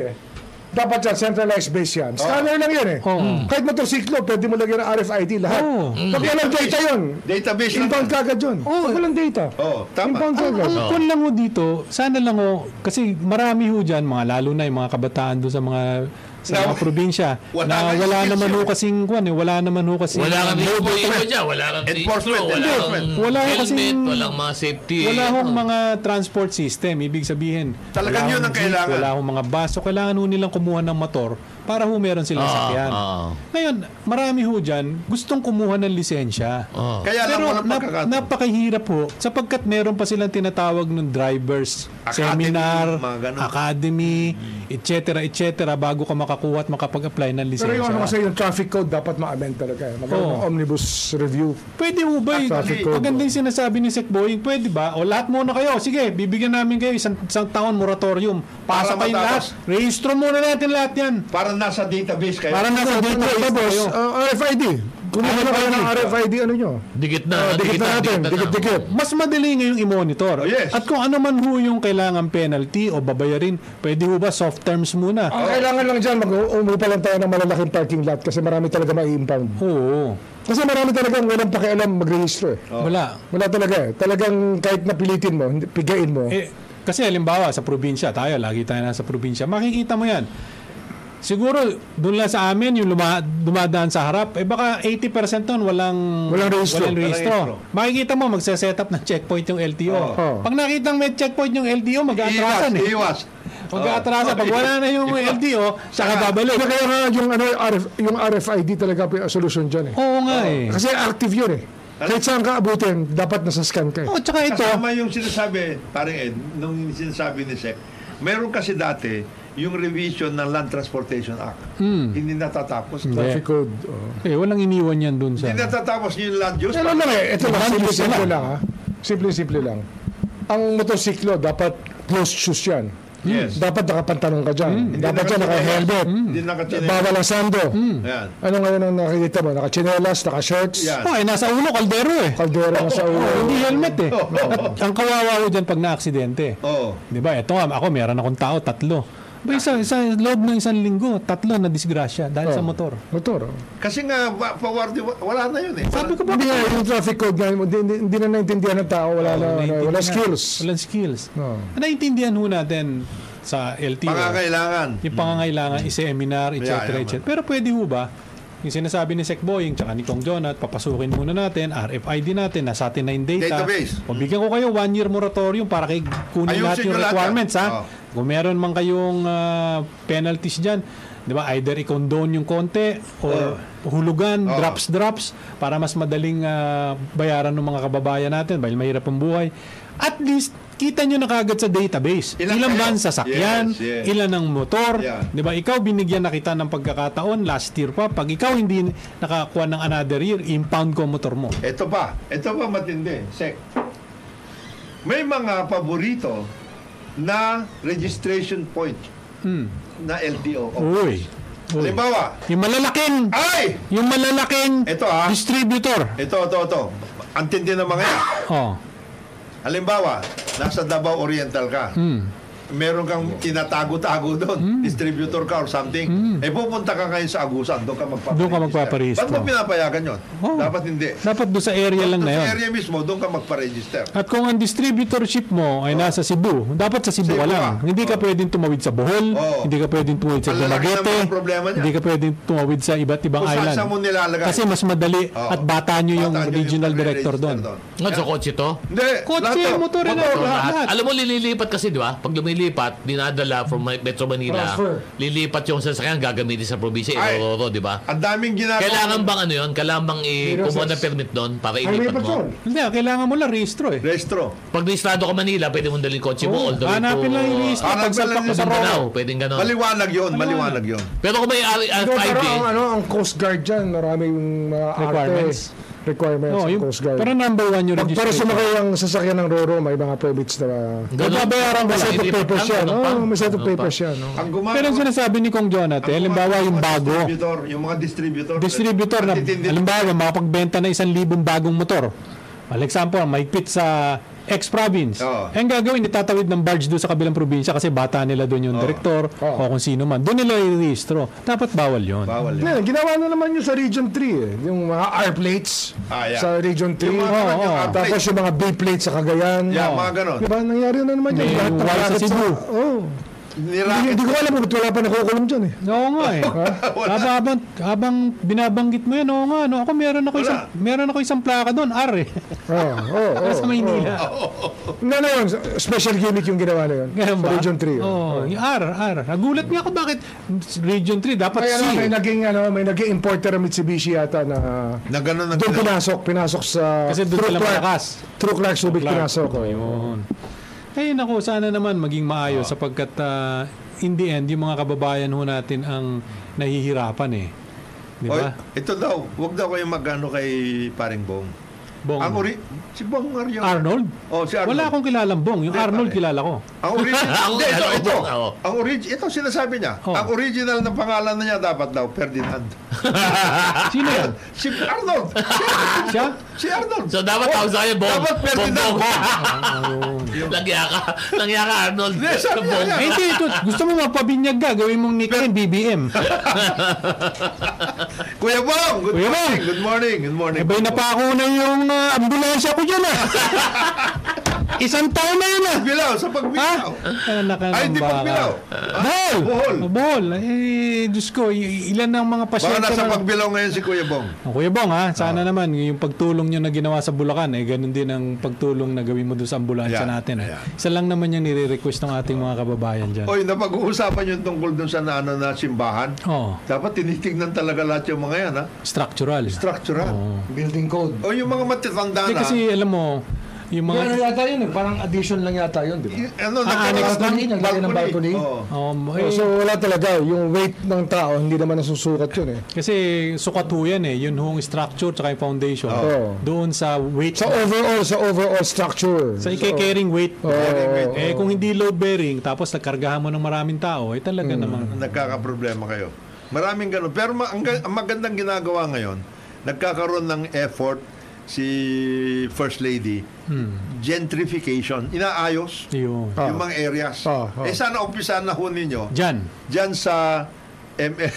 E: dapat yan, centralized base yan. Scanner lang yan eh.
A: Oo.
E: Mm. Kahit motorsiklo, pwede mo lagyan ng RFID lahat.
A: Oo.
E: Pag walang data yun,
D: Database lang.
E: inbound kagad yun. Pag walang data,
D: Oo, tama.
E: inbound kagad.
A: Ang kun lang ho dito, sana lang ho, kasi marami ho dyan, mga lalo na yung mga kabataan doon sa mga sa
D: Na-
A: mga probinsya
D: Wala
A: na
D: na
A: wala
D: skills
A: naman ho
D: yun.
A: kasing kwan eh, wala naman ho kasing
C: Wala kang
A: wala,
C: tingin mo dyan. Wala kang tingin
D: Enforcement,
C: Wala
D: enforcement.
C: kang
A: Wala
C: helmet.
A: kasing-
C: Walang mga safety.
A: hong mga transport system, ibig sabihin
D: Talagang
A: wala
D: yun
A: hong
D: ang
A: jeep,
D: kailangan.
A: wala hong mga bus, so kailangan ho nilang kumuha ng motor para ho meron silang
C: Ah,
A: sakyan
C: ah.
A: ngayon, marami ho dyan gustong kumuha ng lisensya
C: Oh.
D: Kaya lang
A: Pero
D: walang
A: nap-
D: pagkakataon.
A: napakahirap po sapagkat meron pa silang tinatawag ng drivers
D: Academy,
A: seminar,
D: mga ganun.
A: academy, etc. etc. bago ka makakuha at makapag-apply ng
E: Pero yung ano kasi
A: lisensya.
E: yung traffic code dapat ma-amend talaga. Magkaroon ng
A: Oo.
E: omnibus review.
A: Pwede ho ba? yun?
E: Traffic code.
A: Maganda yung sinasabi ni Sec Boying. Pwede ba? O lahat muna kayo. Sige, bibigyan namin kayo isang, isang taon moratorium. Pasa
D: Para
A: kayo lahat.
D: matapos.
A: Rehistro muna natin lahat yan.
D: Para nasa database kayo.
A: Para nasa
E: Tapos,
A: database Ah, kayo.
E: uh, RFID. Kumuha na kayo ng RFID ano nyo.
C: Dikit na.
E: Ah, dikit na natin,
C: na.
E: dikit-dikit.
A: Mas madali ngayong i-monitor.
D: Oh, yes.
A: At kung ano man ho yung kailangan penalty o babayarin, pwede ho ba soft terms muna?
D: Ah.
E: Ang kailangan lang dyan, mag-umupa lang tayo ng malalaking parking lot kasi marami talaga ma-impound.
A: Oo.
E: Kasi marami talagang walang pakialam mag-register eh.
D: Oh.
A: Wala.
E: Wala talaga eh. Talagang kahit napilitin mo, hindi- pigain mo.
A: Eh, kasi halimbawa sa probinsya, tayo lagi tayo nasa probinsya, makikita mo yan. Siguro doon lang sa amin yung luma, dumadaan sa harap, eh baka 80% noon walang
E: Walang rehistro.
A: walang rehistro. Makikita mo magse-set up ng checkpoint yung LTO.
E: Oo.
A: Pag nakitang may checkpoint yung LTO, mag-aatrasan eh.
D: iwas.
A: Mag-aatrasan pag wala na yung LTO, saka babalik.
E: Kaya kaya nga yung, ano, RF, yung RFID talaga po yung solution dyan eh.
A: Oo nga eh.
E: Kasi active yun eh. Kahit saan ka abutin, dapat nasa scan ka eh.
A: Oh, tsaka ito,
D: Kasama yung sinasabi, parang Ed, nung sinasabi ni Sec, meron kasi dati yung revision ng Land Transportation Act.
A: Hmm.
D: Hindi natatapos.
E: Traffic code. oh.
A: eh walang iniwan yan doon sa
D: Hindi natatapos yung land use.
E: Pero lang eh, ito lang,
A: Mahal
E: simple,
A: yun
E: simple
A: lang.
E: lang ha. Simple, simple lang. Ang motorsiklo, dapat closed shoes yan.
D: Yes. Hmm.
E: Dapat nakapantanong ka dyan. Dapat
D: Hindi Hmm.
E: yan, naka-helmet.
D: Hindi nakachinelas.
E: Bawal ang sando.
A: Hmm.
D: Ayan.
E: Ano ngayon ang nakikita mo? Naka-chinelas, naka-shirts,
D: Yan.
A: Oh, eh, nasa ulo, kaldero eh.
E: kaldero na sa ulo.
A: Hindi helmet eh.
D: Oh, oh,
A: At ang kawawa ko dyan pag na-aksidente.
D: Oo.
A: Di ba? Ito nga, ako meron akong tao, tatlo. Ba, isa, isa, loob ng isang linggo, tatlo na disgrasya dahil
E: Oh.
A: sa motor.
E: Motor. oh.
D: Kasi nga, wa- pawardi, wa- wala na yun eh.
A: Sabi ko ba,
E: Hindi nga, yung traffic code nga, hindi, hindi, hindi na naintindihan ng tao.
A: Oh,
E: Wala, na, ano,
A: naiintindihan.
E: wala skills.
A: Walang skills.
E: Oh.
A: Naiintindihan ho natin sa LTO.
D: Pangangailangan.
A: yung pangangailangan,
D: Mm.
A: i-seminar, etc.
D: Yeah, yeah,
A: etc. Pero pwede ho ba, yung sinasabi ni Sec Boying tsaka ni Kong Jonat, papasukin muna natin, RFID natin, nasa atin na yung data.
D: Database.
A: O bigyan ko kayo one year moratorium para kay kunin
D: Ayusin
A: lahat yung
D: nyo lahat
A: requirements
D: yan.
A: ha.
D: Oh.
A: Kung meron man kayong ah, penalties dyan, di ba, either i-condone yung konti or hulugan,
D: Oh.
A: drops-drops para mas madaling ah, bayaran ng mga kababayan natin dahil mahirap ang buhay. At least, kita nyo na kagad sa database.
D: Ilan
A: ilan
D: kayo?
A: ba ang sasakyan?
D: Yes, yes.
A: Ilan ang motor?
D: Yeah.
A: 'Di ba? Ikaw binigyan na kita ng pagkakataon last year pa. Pag ikaw hindi nakakuha ng another year, impound ko ang motor mo.
D: Ito pa. Ito pa matindi. Sek. May mga paborito na registration point na LTO.
A: Hmm. Uy. Uy.
D: Halimbawa,
A: Yung malalaking,
D: ay!
A: yung malalaking
D: Ito ah.
A: distributor.
D: Ito, ito, ito. Ang tindi ng mga yan.
A: Oh.
D: Halimbawa, nasa Davao Oriental ka.
A: Hmm.
D: Meron kang tinatago-tago doon. Distributor ka or something. Eh pupunta ka ngayon sa Agusan. Doon ka magpaparehistro.
A: Hmm. Doon ka magpaparehistro.
D: Ba't mo pinapayagan yun?
A: Oh.
D: Dapat hindi.
A: Dapat doon sa area lang na
D: Doon
A: 'yon.
D: Sa area mismo, doon ka magparegister.
A: At kung ang distributorship mo ay nasa Cebu, dapat sa Cebu
D: Cebu
A: ka lang.
D: ka.
A: Hindi ka pwedeng tumawid sa Bohol,
D: Oo.
A: hindi ka pwedeng tumawid sa
D: Ang lalaki
A: Dumaguete,
D: ng mga problema niya.
A: hindi ka pwedeng tumawid sa iba't ibang
D: Kung saan-
A: island.
D: saan mo nilalagay.
A: Kasi mas madali
D: Oo.
A: at bata nyo yung
D: Bata nyo
A: regional director doon.
D: pagre-register
C: Ngayon sa kotse to?
D: Hindi.
A: Kotse,
D: lahat to.
A: motor, ano,
D: Motor,
A: lahat.
C: Lahat. Alam mo, lililipat kasi, di ba? Pag lumilipat, dinadala from Ma- Metro Manila,
E: Transfer.
C: lilipat yung sasakyan, gagamitin sa probinsya,
D: Ay.
C: Iroro, di ba?
D: Ang daming ginagawa.
C: Kailangan bang ano yun? Kailangan bang i-
E: Zero
C: kumuha ng
E: six.
C: permit doon para
E: Highway
C: ilipat mo?
E: patrol.
A: Hindi, ah, kailangan mo lang rehistro eh.
D: Restro.
C: Pag naislado ka Manila, pwede mong dalhin kotse mo all the way
A: Hanapin
C: to-
A: lang yung lista.
D: Hanapin
A: Pagsalpak
D: lang
A: mo
D: yung
A: sa
D: lista.
A: road.
C: Mindanao, pwedeng ganon.
D: Maliwanag yun. Maliwanag yun.
C: Pero kung may
E: Pero
C: RFID,
E: pero ang, ano, ang Coast Guard dyan, maraming mga arte,
A: Requirements.
E: requirements
A: Oh,
E: ng
A: yung,
E: Coast Guard.
A: pero number one yung
E: Pag para
A: registration.
E: sumakay ang sasakyan ng Roro, may mga permits na
C: Ganun.
E: Magbabayaran ba set of
C: Hindi,
E: papers
C: pang-
E: yan?
C: ganun
E: Oo,
C: pa.
E: may set of
C: Ganun pa.
E: papers yan. oh. oo.
D: Ang gumagawa.
A: Pero yung sinasabi ni Kong Jonathan, halimbawa
D: Ano Ang
A: yung
D: mga
A: bago,
D: Distributor, yung mga distributor.
A: distributor na,
D: Natitindi-
A: halimbawa, makapagbenta na isang libong bagong motor. For example, mahigpit sa X province. Eh,
D: Oo.
A: Ang gagawin, itatawid ng barge doon sa kabilang probinsya kasi bata nila doon yung direktor o kung sino man. Doon nila i-rehistro. Dapat bawal yon.
D: Bawal yun.
E: Yan, ginawa na naman yun sa Region 3 eh. Yung mga R plates
D: Ah, yeah.
E: sa Region 3.
D: Yung mga
E: Oo,
D: ganyan,
E: oo.
D: R plates.
E: Tapos yung mga B plates sa Cagayan.
D: Yeah,
E: Oo.
D: mga ganon.
E: Diba, nangyari na naman yun.
A: May
E: Lahat ng
A: wala sa
E: racket Oh.
A: Cebu.
E: Oo. Hindi
D: Niracket.
E: hindi ko alam kung wala pa nakukulong dyan eh.
A: Oo nga eh. habang, habang, habang binabanggit mo yan, oo nga. No? Ako meron ako, isang, meron ako isang plaka doon, R eh.
E: Oo, oo, oo.
A: sa Maynila.
E: Na na yun, special gimmick yung ginawa na yun.
A: Ganun
E: Sa
A: ba?
E: Region 3.
A: Oo,
E: Oh.
A: yung R, R. Nagulat nga ako bakit Region 3, dapat
E: May,
A: C.
E: ano, may naging, ano, may naging importer ng Mitsubishi yata na ah,
D: Na ganun ang
E: doon pinasok, pinasok sa
A: Kasi doon
E: True
A: sila
E: Clark.
A: malakas.
E: True Clark Subic
A: Clark.
E: pinasok. oh.
A: Ayun. Eh, naku, sana naman maging maayos sapagkat ah, in the end, yung mga kababayan ho natin ang nahihirapan eh. Di
D: Oy,
A: ba?
D: ito daw, wag daw kayong magano kay paring Bong.
A: Bong.
D: Ang ori si Bong Aryo.
A: Arnold?
D: Oh, si Arnold.
A: Wala akong kilalang Bong. Yung
D: Hindi,
A: Arnold
D: pare.
A: kilala ko.
D: Ang original,
C: Ako,
D: Hindi, ito,
C: ano,
D: ito.
C: oo.
D: Ang origi- ito sinasabi niya.
A: Oo.
D: Ang original na pangalan na niya dapat daw Ferdinand.
A: Sino yan?
D: Si Arnold.
A: Siya?
D: Si Arnold.
C: So dapat tawag sa akin, Bong.
D: Dapat Ferdinand.
C: Bong, Bong. Langya ka. Langya ka, Arnold.
D: Hindi, sabi niya,
C: Bong.
A: Eh, hindi. Ito, gusto mo mapabinyag ka, gawin mong nickname BBM.
D: Kuya Bong, good
A: Kuya
D: morning.
A: Bong.
D: Good morning. Good morning.
A: Eh, ba'y napako na yung ah, ambulansya ko dyan ah. Isang taon na yun ah.
D: Bilaw, sa
A: Ha?
D: pagbilaw.
A: Anak
D: Ay, hindi Ah, pagbilaw.
A: Bohol!
D: Bohol.
A: Bohol. Eh, Diyos ko, i- ilan ang mga
D: Baka
A: pasyente
D: nasa Ah.
A: na...
D: pagbilaw ngayon si Kuya Bong.
A: Oh, Kuya Bong ha, sana naman yung pagtulong nyo na ginawa sa Bulacan, eh ganun din ang pagtulong na gawin mo doon sa ambulansya
D: Ayan,
A: natin. eh.
D: ayan.
A: Isa lang naman yung nire-request ng ating mga kababayan dyan.
D: Oy, napag-uusapan yung tungkol dun sa na, ano, na simbahan.
A: Oo,
D: Dapat tinitingnan talaga lahat yung mga yan, ha?
A: structural.
D: Structural. ah.
F: Building code.
D: O yung mga matitanda
A: Hindi
D: na,
A: kasi alam mo, yung mga...
F: Ano yata yun eh, parang addition lang yata yun, di ba?
D: y- ano,
F: annex
D: nagkaroon
F: na- naglagay ng balcony.
D: Oo.
A: Oh,
E: Oh,
A: eh,
E: so wala talaga. Yung weight ng tao, hindi naman nasusukat yun eh.
A: kasi sukat ho yan eh. Yun hong structure tsaka yung foundation.
D: Oh.
E: Oo.
A: Doon sa weight.
E: Sa overall, sa overall structure.
A: sa ike-carrying weight.
E: oh,
D: Carrying weight.
A: Eh, kung hindi load bearing, tapos nagkargahan mo ng maraming tao, eh talaga
E: Hmm.
A: namang...
D: nagkakaproblema kayo. Maraming ganun. Pero ma- ang, ga- ang magandang ginagawa ngayon, nagkakaroon ng effort si First Lady, gentrification, inaayos
A: Yun.
E: Ah.
D: yung mga areas.
E: Ah, ah.
D: Eh sana umpisahan na ho ninyo
A: Jan,
D: dyan sa ML,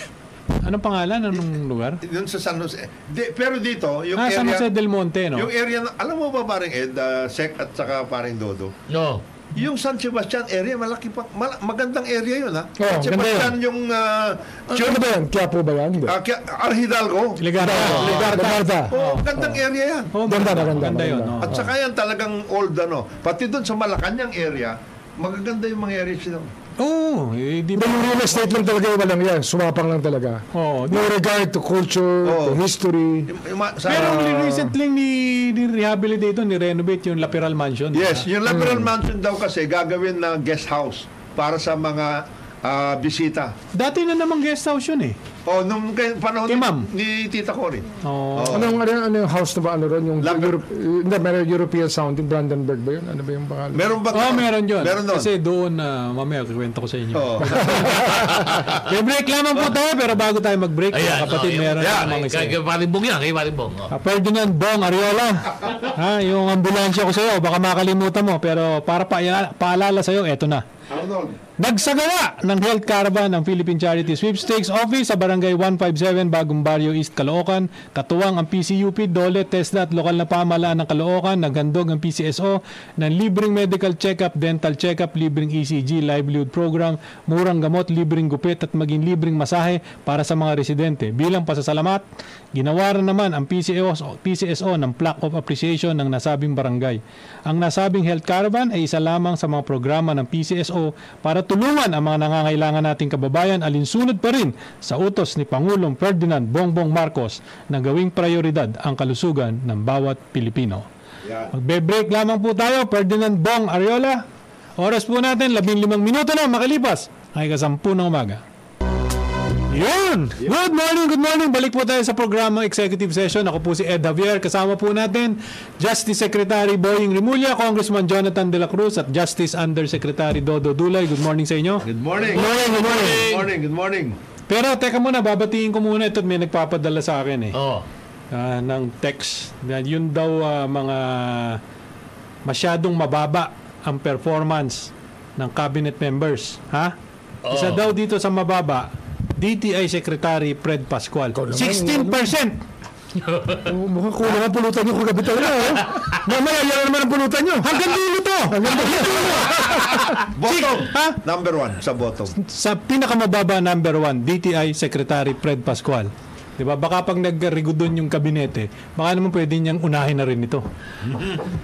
A: anong pangalan? Anong lugar?
D: dun sa San Jose. Di- pero dito, yung
A: Ah,
D: area,
A: San Jose del Monte, no?
D: yung area, na, alam mo ba paring Ed, ah, Sec at saka paring Dodo,
C: No.
D: Yung San Sebastian area, malaki pa, mal- magandang area
A: Oh,
D: yun ha.
E: Oo,
D: San
E: ganda
D: Sebastian yung ah,
E: Sure na ba yan? Kaya po ba yan? Hindi.
D: ah, Kia- Al Hidalgo.
A: Ligarda.
E: Ligarda. Ligarda.
D: Oh, gandang area yan.
A: Oh,
E: Ganda,
A: maganda,
E: maganda,
A: maganda yun.
E: maganda.
A: oh.
D: At saka yan talagang old ano. Pati doon sa Malacanang area, magaganda yung mga areas yun.
A: Oo, eh, di ba?
E: Yung real estate lang talaga, walang yan. Sumapang lang talaga.
A: Oo.
E: No regard to culture,
D: Oo.
E: to history.
D: Yung- yung mga- sa-
A: Pero uh, recently ni, ni rehabilitate yun, ni renovate yung Laperal Mansion. ah,
D: yes, yung Liberal
A: Hmm.
D: Mansion daw kasi gagawin na guest house para sa mga ah, bisita.
A: Dati na namang guest house yun eh.
D: Oh, nung kay, panahon
A: Kay
D: ni-
A: ma'am.
D: ni, Tita Cory.
A: Oh.
D: Oo.
E: Anong, ano, ano yung house na ba? Ano ron? Yung
D: Lapit.
E: Europe, hindi, meron European sound. Yung Brandenburg ba yun? Ano ba yung pangalan?
D: Meron ba?
A: Oh, meron yun.
D: Meron nun.
A: Kasi doon, ah, mamaya kikwento ko sa
C: Oh.
A: inyo.
D: Oo.
A: May break lamang po tayo, pero bago tayo mag-break, mga
C: Ayan.
A: kapatid,
C: oh, yun.
A: meron
C: Ayan,
A: yeah, mga isa.
C: Kay, kay Paring Bong yan. Kay Paring Bong. oh.
A: Ah, Ferdinand Bong Ariola. ha, yung ambulansya ko sa'yo, baka makalimutan mo, pero para pa, paalala sa'yo, eto na.
D: Arnold.
A: Nagsagawa ng Health Caravan ng Philippine Charity Sweepstakes Office sa Barangay 157, Bagong Barrio East, Caloocan. Katuwang ang PCUP, DOLE, TESDA at lokal na pamahalaan ng Caloocan. Naghandog ang PCSO ng libreng medical check-up, dental check-up, libreng ECG, livelihood program, murang gamot, libreng gupit at maging libreng masahe para sa mga residente. Bilang pasasalamat, ginawaran naman ang PCSO, PCSO ng plaque of appreciation ng nasabing barangay. Ang nasabing health caravan ay isa lamang sa mga programa ng PCSO para tulungan ang mga nangangailangan nating kababayan alinsunod pa rin sa utos ni Pangulong Ferdinand Bongbong Marcos na gawing prioridad ang kalusugan ng bawat Pilipino. Magbe-break lamang po tayo, Ferdinand Bong Ariola. Oras po natin, 15 minuto na makalipas. Ay kasampu ng umaga. Yun! Good morning, good morning. Balik po tayo sa programang Executive Session. Ako po si Ed Javier. Kasama po natin Justice Secretary Boying Rimulya, Congressman Jonathan De La Cruz at Justice Undersecretary Dodo Dulay. Good morning sa inyo.
D: Good morning.
A: good morning.
D: Good morning. Good morning.
A: Pero teka muna, babatiin ko muna ito at may nagpapadala sa akin eh.
C: Oh.
A: Ah, ng text. Na Yun daw ah, mga masyadong mababa ang performance ng cabinet members. Ha? Isa
C: Oo.
A: daw dito sa mababa, DTI Secretary Fred Pascual. 16%!
E: Oh, mukhang kulang ang pulutan nyo kagabi talaga. Eh. Mamaya, yan na naman ang pulutan nyo.
A: Hanggang dulo to!
D: Bottom.
A: Ha?
D: Number one sa bottom.
A: Sa pinakamababa number one, DTI Secretary Fred Pascual. 'Di ba? Baka pag nagrigo doon yung kabinete, baka naman pwede niyang unahin na rin ito.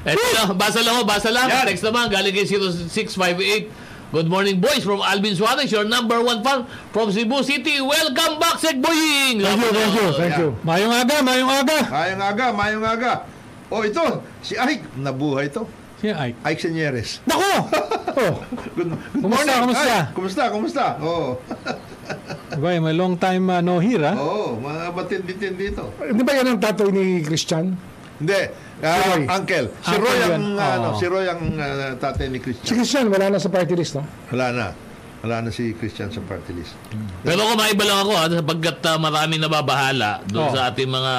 C: Eto na, basa lang ho, basa lang.
D: Yan.
C: Next naman, galing kay 0658. Good morning, boys, from Alvin Suarez, your number one fan from Cebu City. Welcome back, Sek Boying!
E: Thank you, thank you, thank you.
A: Mayong aga, mayong aga.
D: Mayong aga, mayong aga. Oh, ito, si Ike. Nabuhay ito.
A: Si Ike.
D: Ike Senieres.
A: Nako! Oh,
D: Good, good
A: Kumusta,
D: morning,
A: kumusta?
D: Ike. Kumusta, kumusta? Oo.
A: Boy, may long time uh, no here, ha?
D: Oo, mga batid-bitid dito.
E: Di ba yan ang tatay ni Christian?
D: Hindi, ah,
E: Roy.
D: uncle. Si
A: Uncle
D: Roy
A: yun.
D: ang,
A: Oo.
D: ano, si Roy ang ah, tatay ni
E: Si
D: Christian.
E: Christian, wala na sa party list, no?
D: Wala na. Wala na si Christian sa party list.
C: Pero kumaiba lang ako ha, sapagkat ah, maraming nababahala
A: Oo.
C: doon sa ating mga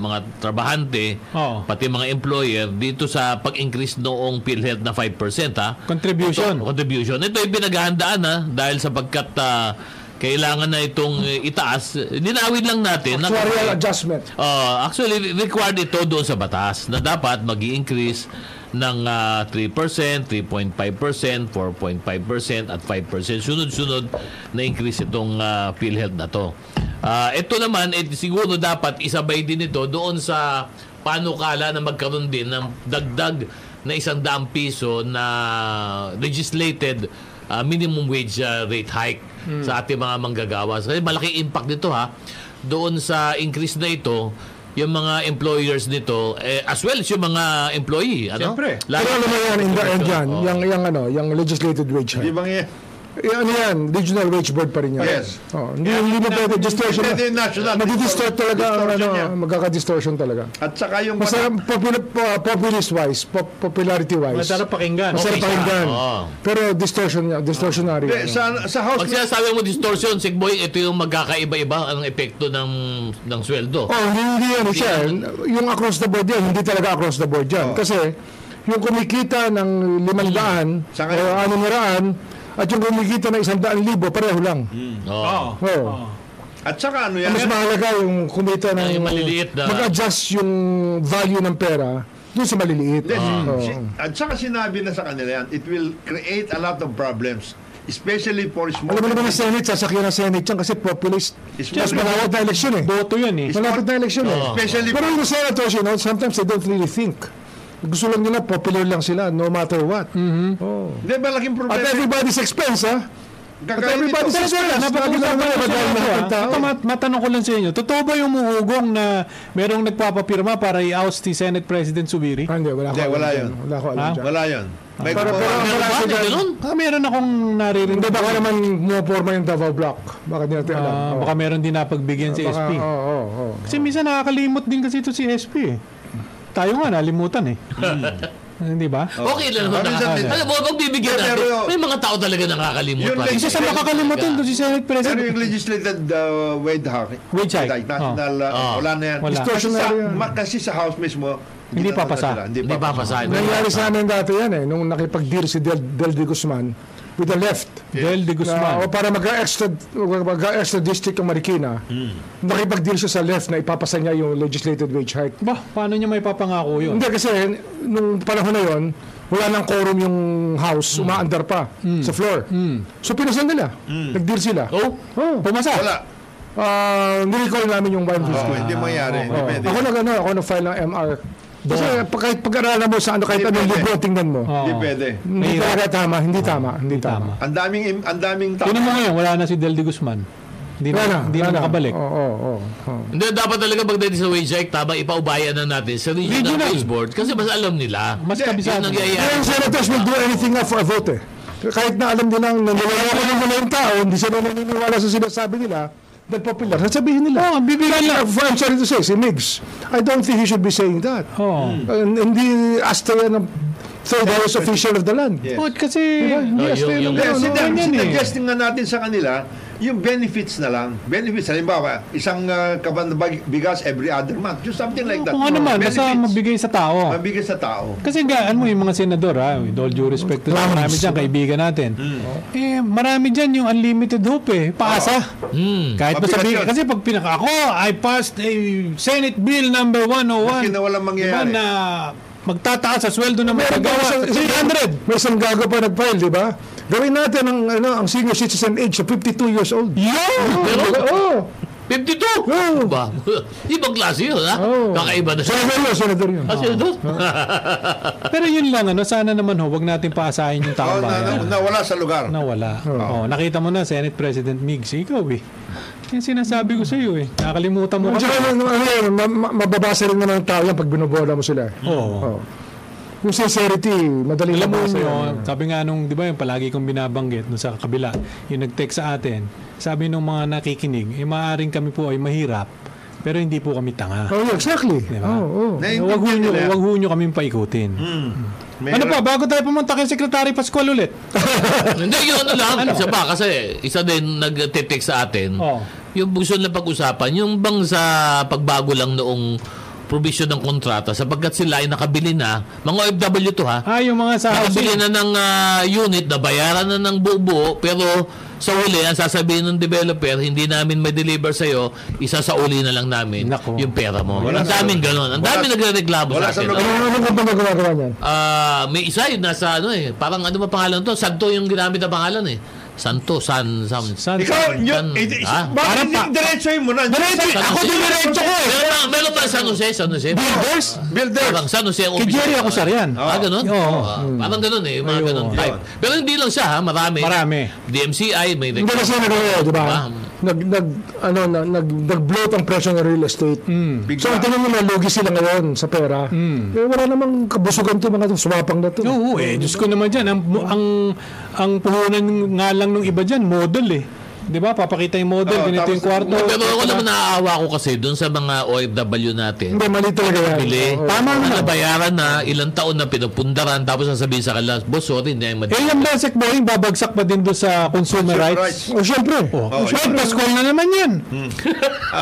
C: mga trabahante,
A: Oo.
C: pati mga employer, dito sa pag-increase noong PhilHealth na 5% ha.
A: Contribution.
C: Ito, contribution. Ito yung pinaghahandaan ha, dahil sapagkat ah, kailangan na itong eh, itaas. Ninawid lang natin. na-
E: Actuarial adjustment.
C: Uh, actually, required ito doon sa batas na dapat mag increase ng ah, 3%, 3.5%, 4.5% at 5%. Sunod-sunod na increase itong ah, PhilHealth na to. Ah, ito naman, eh, siguro dapat isabay din ito doon sa panukala na magkaroon din ng dagdag na isang daang piso na legislated uh, minimum wage uh, rate hike
D: Hmm.
C: sa ating mga manggagawa. Kasi malaki impact nito ha. Doon sa increase na ito, yung mga employers nito, eh, as well as yung mga employee. Ano?
A: Siyempre.
E: Pero
C: Lalo-
E: alam mo yan, in the end yan,
C: Oo.
E: yung, yung, ano, yung legislated wage
D: Di
E: hike.
D: ba nga?
E: Eh, ano yan, regional wage board pa rin yan.
D: Yes.
E: Oh, hindi, hindi mo pwede distortion.
D: Hindi, hindi, national.
E: Nadidistort talaga, ang ano,
D: Distortion yan.
E: magkaka-distortion talaga.
D: At saka yung...
E: Mas popular, populist wise, popularity wise.
A: Masarap pakinggan.
E: Masarap
C: Okay siya,
E: pakinggan.
C: oo.
E: Pero distortion niya, distortionary.
D: Hindi,
E: ano.
D: sa, sa House...
C: Oh. Pag sinasabi mo distortion, Sigboy, ito yung magkakaiba-iba ang epekto ng ng sweldo.
E: Oh, hindi, hindi yan siya. Yung across the board yan, hindi talaga across the board yan. Kasi yung kumikita ng 500
D: Sa
E: o
D: ngayon.
E: 600 at yung kumikita ng 100,000 pareho lang.
C: Oo.
A: Oo.
E: Oo.
D: At saka ano yan?
E: Mas mahalaga yung kumita ng
C: Yung maliliit na-
E: mag-adjust yung value ng pera doon sa maliliit.
D: Then,
E: Oo.
D: si- at saka sinabi na sa kanila yan, it will create a lot of problems. Especially for small...
E: Alam mo naman ng Senate, sasakyan ng Senate yan kasi populist.
D: Small-
E: Mas malawad na eleksyon eh.
A: Boto yun eh.
E: Malapit na eleksyon eh.
D: Oh. Especially-
E: Pero yung senators, you know, sometimes they don't really think. Gusto lang nila, popular lang sila, no matter what.
A: Hmm.
E: Oh.
D: Hindi, malaking
E: At
D: problema.
E: everybody's expense, ha? At
D: Kagaya nito.
E: everybody's expense.
A: Napag-usapan ko sa inyo, ah. Ito,
E: Napag-usapan
A: mat- matanong ko lang sa inyo. Totoo ba yung muhugong na merong nagpapapirma para i-oust si Senate President Subiri?
E: Ah, Hindi, wala
D: Hindi,
E: ko alam
D: wala
E: dyan.
D: yun.
E: Wala ko alam
A: Ha?
E: dyan.
D: Wala yun. May
E: Pero, pero,
D: kumakain.
E: pero,
C: Ano,
E: pero,
C: ganun?
A: Ah, meron akong naririnig.
E: hindi, baka naman pumuporma yung Davao Block. Baka di natin alam.
A: Ah,
E: Oo.
A: baka meron din napagbigyan si
E: Baka- ah,
A: SP.
E: Oo, oo, oo.
A: Kasi minsan nakakalimot din kasi ito si SP eh. Tayo nga, nalimutan eh. Hindi ba?
C: Okay lang naman.
D: Ano sa-
C: nakaka- Alam mo, pag bibigyan
D: Pero-
C: natin,
D: pero-
C: may mga tao talaga nakakalimutan.
D: Yun lang.
A: Isa sa makakalimutan
C: Diba?
A: doon si Senate
D: Pero
A: President.
D: yung legislated uh, wage hike,
A: Wage hike.
D: national, uh,
C: Oh.
D: wala na yan.
A: Wala.
E: Distortionary
D: Kasi sa-
E: Ah. yan.
D: ma- kasi sa house mismo,
A: Hindi
D: na-
A: papasa.
D: na- Hindi
C: Hindi
D: papasa.
C: papasahin.
E: Nangyari sa amin dati yan eh, nung nakipag-deal si Del, Del de Guzman with the left.
A: Del de
E: Na, Ah, o
A: Guzman.
E: para mag-extra mag-extra district ang Marikina, nakipag-deal siya sa left na ipapasa niya yung legislated wage hike.
A: Bah, paano niya may papangako yun?
E: Hindi kasi nung panahon na yon, wala nang quorum yung house, umaandar pa sa floor. So pinasan nila. Nag-deal sila.
C: Oh,
E: Oh, pumasa.
D: Wala.
E: Ah, nirecall namin yung 150.
D: So, hindi mangyari. Hindi pwede.
E: Ako na gano'n, ako na-file ng MR. Kasi pag, kahit pag-aralan mo sa ano, kahit anong
D: Hindi pwede.
E: libro, tingnan mo.
D: Hindi
A: Oo.
D: pwede.
E: Hindi
A: Mahirap.
E: talaga tama, hindi tama, hindi
A: Tama.
E: tama.
D: Ang daming, im- ang daming tao.
A: Tinan mo ngayon, wala na si Del de Guzman. Hindi
E: Wala na,
A: na, hindi na
E: wala
A: nakabalik.
D: Oh.
E: Oo, oo, oo.
C: Hindi, dapat talaga pagdating sa wage hike, tama, ipaubayan na natin sa regional,
A: Regional.
C: wage board kasi mas alam nila.
A: Mas
D: Hindi,
A: kabisado.
C: Yun ang nangyayari.
E: Kaya yung senators will do anything nga for a vote eh. Kahit na alam nila na naniniwala ko nila yung tao, hindi sila naniniwala sa sinasabi nila, then popular, sasabihin nila. Oh, bibigyan na. I'm sorry to say, si Migs, I don't think he should be saying that.
A: Oo.
E: And- Hindi asta yan ng third house official of the land.
D: Yes.
A: But kasi,
D: Diba?
A: hindi
C: Oh,
A: hasta yun.
C: yung- yung-
D: Hindi,
A: ano,
D: sin-
A: ano, yan eh.
D: sinuggesting nga natin sa kanila, yung benefits na lang. Benefits, halimbawa, isang uh, kaban bag- bigas every other month. Just something like that.
A: Kung ano man, basta
D: Benefits.
A: mabigay sa tao.
D: Mabigay sa tao.
A: Kasi gaan mo yung mga senador ha, with all due respect to them, marami dyan, kaibigan natin.
D: Hmm.
A: Eh, marami dyan yung unlimited hope eh, paasa. Kahit
D: Mabigat
A: masabi,
D: yun.
A: kasi pag pinaka, ako, I passed a Senate Bill number 101.
D: Kasi na walang mangyayari.
A: Diba, na magtataas sa sweldo ng
E: Meron
A: magagawa
E: daw
A: sa
E: isang- isang-
A: 300.
E: May isang gago pa nag-file, di ba? Gawin natin ang, ano, ang senior citizen age sa 52 years old.
A: Yo!
C: Pero,
E: Oo.
C: 52!
E: Oo.
C: Ba? Ibang klase yun, ha?
E: Oo.
C: Kakaiba na siya.
E: Senador yun, senador yun.
C: Kasi doon.
A: Pero yun lang, ano, sana naman ho, wag natin paasahin yung
D: Oh,
A: taong
D: na, na,
A: bayan.
D: nawala sa lugar.
A: Nawala. Oh. nakita mo na, Senate President Migs, ikaw eh. Yung sinasabi ko sa iyo eh. Nakalimutan mo
E: Tsaka,
A: kami.
E: ano, ano, ano, ma- ma- mababasa rin naman ng tao yan pag binobola mo sila.
A: Oo.
E: Oh. Yung sincerity, madali
A: Alam
E: lang
A: mo ah.
E: mabasa
A: yun,
E: yan.
A: no? sabi nga nung, di ba yung palagi kong binabanggit no, sa kabila, yung nag-text sa atin, sabi nung mga nakikinig, eh maaaring kami po ay mahirap, Pero hindi po kami tanga.
E: Oh, yeah, exactly.
A: Di ba?
E: Oo, oo.
D: Naiintindihan
A: Huwag ho nyo,
D: nila.
A: huwag ho nyo kaming paikutin.
D: Hmm, May-
A: Ano pa, bago tayo pumunta kay Secretary Pascual ulit.
C: Hindi, yun ano lang. Isa pa, kasi isa din nag-text sa atin.
A: Oo.
C: Yung gusto na pag-usapan, yung bang sa pagbago lang noong provision ng kontrata sapagkat sila ay nakabili na, mga OFW to ha,
A: Ah, yung mga sa
C: nakabili
A: housing.
C: na ng ah, unit, nabayaran na ng buo pero sa huli, ang sasabihin ng developer, hindi namin may deliver sa'yo, isa sa uli na lang namin
A: Nako.
C: yung pera mo.
D: Wala
C: ang
D: sa-
C: daming ganon. Ang
D: wala-
C: daming nagre-reklamo
D: wala
C: sa
D: sa
C: atin.
D: lugar.
E: Ano naman ba nagagawa niyan?
C: Ah, may isa yun nasa ano eh, parang ano ba pangalan to? Santo yung ginamit na pangalan eh. Santo, San, San.
A: San-
D: Ikaw,
C: San-
D: yun, it-
C: Ah.
A: Parang
D: bakit hindi
A: pa-
D: diretsohin mo na?
C: San
A: Ano, Ako
C: Jose.
A: din diretso ko eh.
C: Meron pa, meron pa San Jose, San Jose.
A: Builders?
D: Builders.
C: Parang San Jose ang
A: Kay Jerry ako sir yan.
C: Ah, ganun?
A: Oo.
C: Ah, Parang ganun eh, mga
A: Ayun.
C: ganun type. Pero hindi lang siya ha, marami.
A: Marami.
C: DMCI, may
E: Hindi kasi nagagawa, di ba?
C: Ah.
E: Nag, nag, ano, na- nag, nag-bloat ang presyo ng real estate.
A: Hmm.
E: So, ang tingin nila, lugi sila ngayon sa pera. Eh, wala namang kabusugan to mga sumapang na to.
A: Oo, eh, Diyos ko naman dyan. Ang, ang, ang puhunan nga lang ng iba dyan, model eh. Di ba? Papakita yung model,
D: Oo,
A: ganito
D: tapos-
A: yung kwarto.
C: Pero ako naman naaawa ko kasi doon sa mga OFW natin.
E: Hindi, mali talaga yan.
C: Pili.
E: Oo.
C: Tama na. Nabayaran na, ilang taon na pinupundaran, tapos sasabihin sa kanila, boss, sorry, hindi ay madali.
A: Eh, yung basic boring, babagsak pa din doon sa consumer rights.
E: O, syempre.
A: Oh, oh, Pascual na naman yan.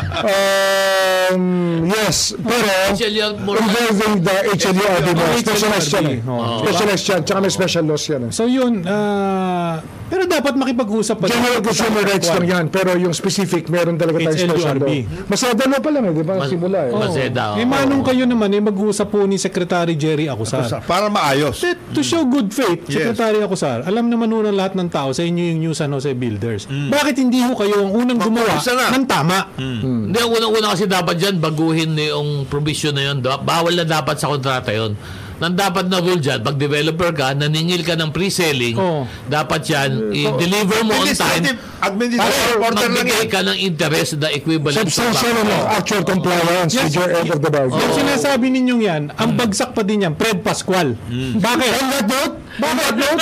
E: Um, yes, pero
C: HLR mo na.
E: involving the HLR, di ba?
A: Oh,
E: Specialized yan eh.
A: Oo.
E: Specialized yan, tsaka may special laws yan eh.
A: So yun, ah, pero dapat makipag-usap pa din.
E: General consumer rights lang yan, pero yung specific, meron talaga tayong special law.
A: HLRB.
E: Masada law pa lang eh, di ba?
C: Mas-
E: Simula eh.
C: Maseda.
A: Eh,
C: oo.
A: manong kayo naman, eh, mag-usap po ni Secretary Jerry Acusar.
D: Para maayos.
A: Eh, To show good faith,
D: Yes.
A: Secretary Acusar, alam naman nun ang lahat ng tao sa inyo yung New San Jose Builders. Bakit hindi ho kayo ang unang gumawa
D: Mag-umpisa na.
A: ng tama?
C: Hindi, ang unang-una kasi dapat dyan, baguhin na yung provision na yun. Da- Bawal na dapat sa kontrata yun. Nang dapat na rule dyan, pag developer ka, naningil ka ng pre-selling,
A: Oo.
C: dapat yan, i-deliver mo on time,
D: Administrative, administrative order lang yan.
C: magbigay ka ng interest na equivalent
E: Substantial ano, actual compliance with your end of the bargain.
A: Yung sinasabi ninyong yan, ang bagsak pa din yan, Fred Pascual. Bakit?
E: On that note, bakit note?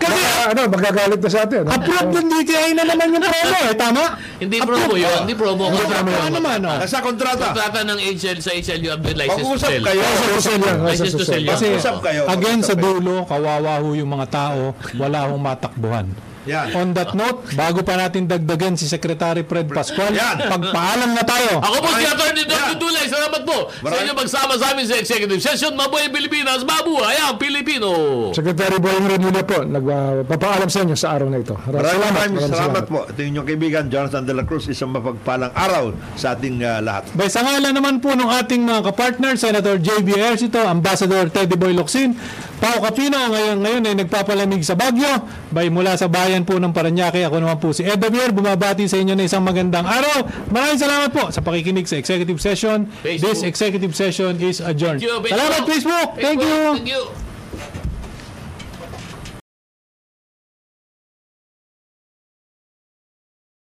E: Kasi ano, magagalit na sa atin. eh. no?
A: Approved ng DTI na naman yung promo eh, tama?
C: Hindi promo yun, hindi promo. Kontrata,
A: Ano naman, oh?
D: Nasa kontrata.
C: kontrata ng HL sa HLU Abdel License to
D: Pag-uusap
C: Sell.
D: kayo.
E: Nasa Rosel yan, nasa
C: License to
E: Rosel.
C: sell yan.
A: Kasi,
D: Usap kayo.
A: again, sa
D: Usap kayo.
A: dulo, kawawa ho yung mga tao, wala hong matakbuhan.
D: Yan.
A: On that note, bago pa natin dagdagan si Secretary Fred Pascual,
D: Yan.
A: pagpaalam na tayo.
C: Ako po si
D: Maraming-
C: Atty. Don
D: Yeah.
C: Dudulay. Salamat po sa
D: Maraming-
C: inyo magsama sa amin sa Executive Session. Mabuhay Pilipinas! Mabuhay ang Pilipino!
E: Secretary Boying Remulla po, nagpapaalam sa inyo sa araw na ito.
D: Maraming maraming salamat po. Ito yung inyong kaibigan, Jonathan De La Cruz, isang mapagpalang araw sa ating ah, lahat.
A: By sa ngalan naman po ng ating mga kapartner, Senator J.B. Ercito, Ambassador Teddy Boy Locsin, Pao Capino, ngayon, ngayon ay nagpapalamig sa Baguio. By mula sa bayan po ng Paranaque, ako naman po si Ed Abier, bumabati sa inyo na isang magandang araw. Maraming salamat po sa pakikinig sa executive session.
C: Facebook.
A: This executive session is adjourned.
C: Thank you, Facebook.
A: Salamat Facebook! Thank you!
C: Thank you!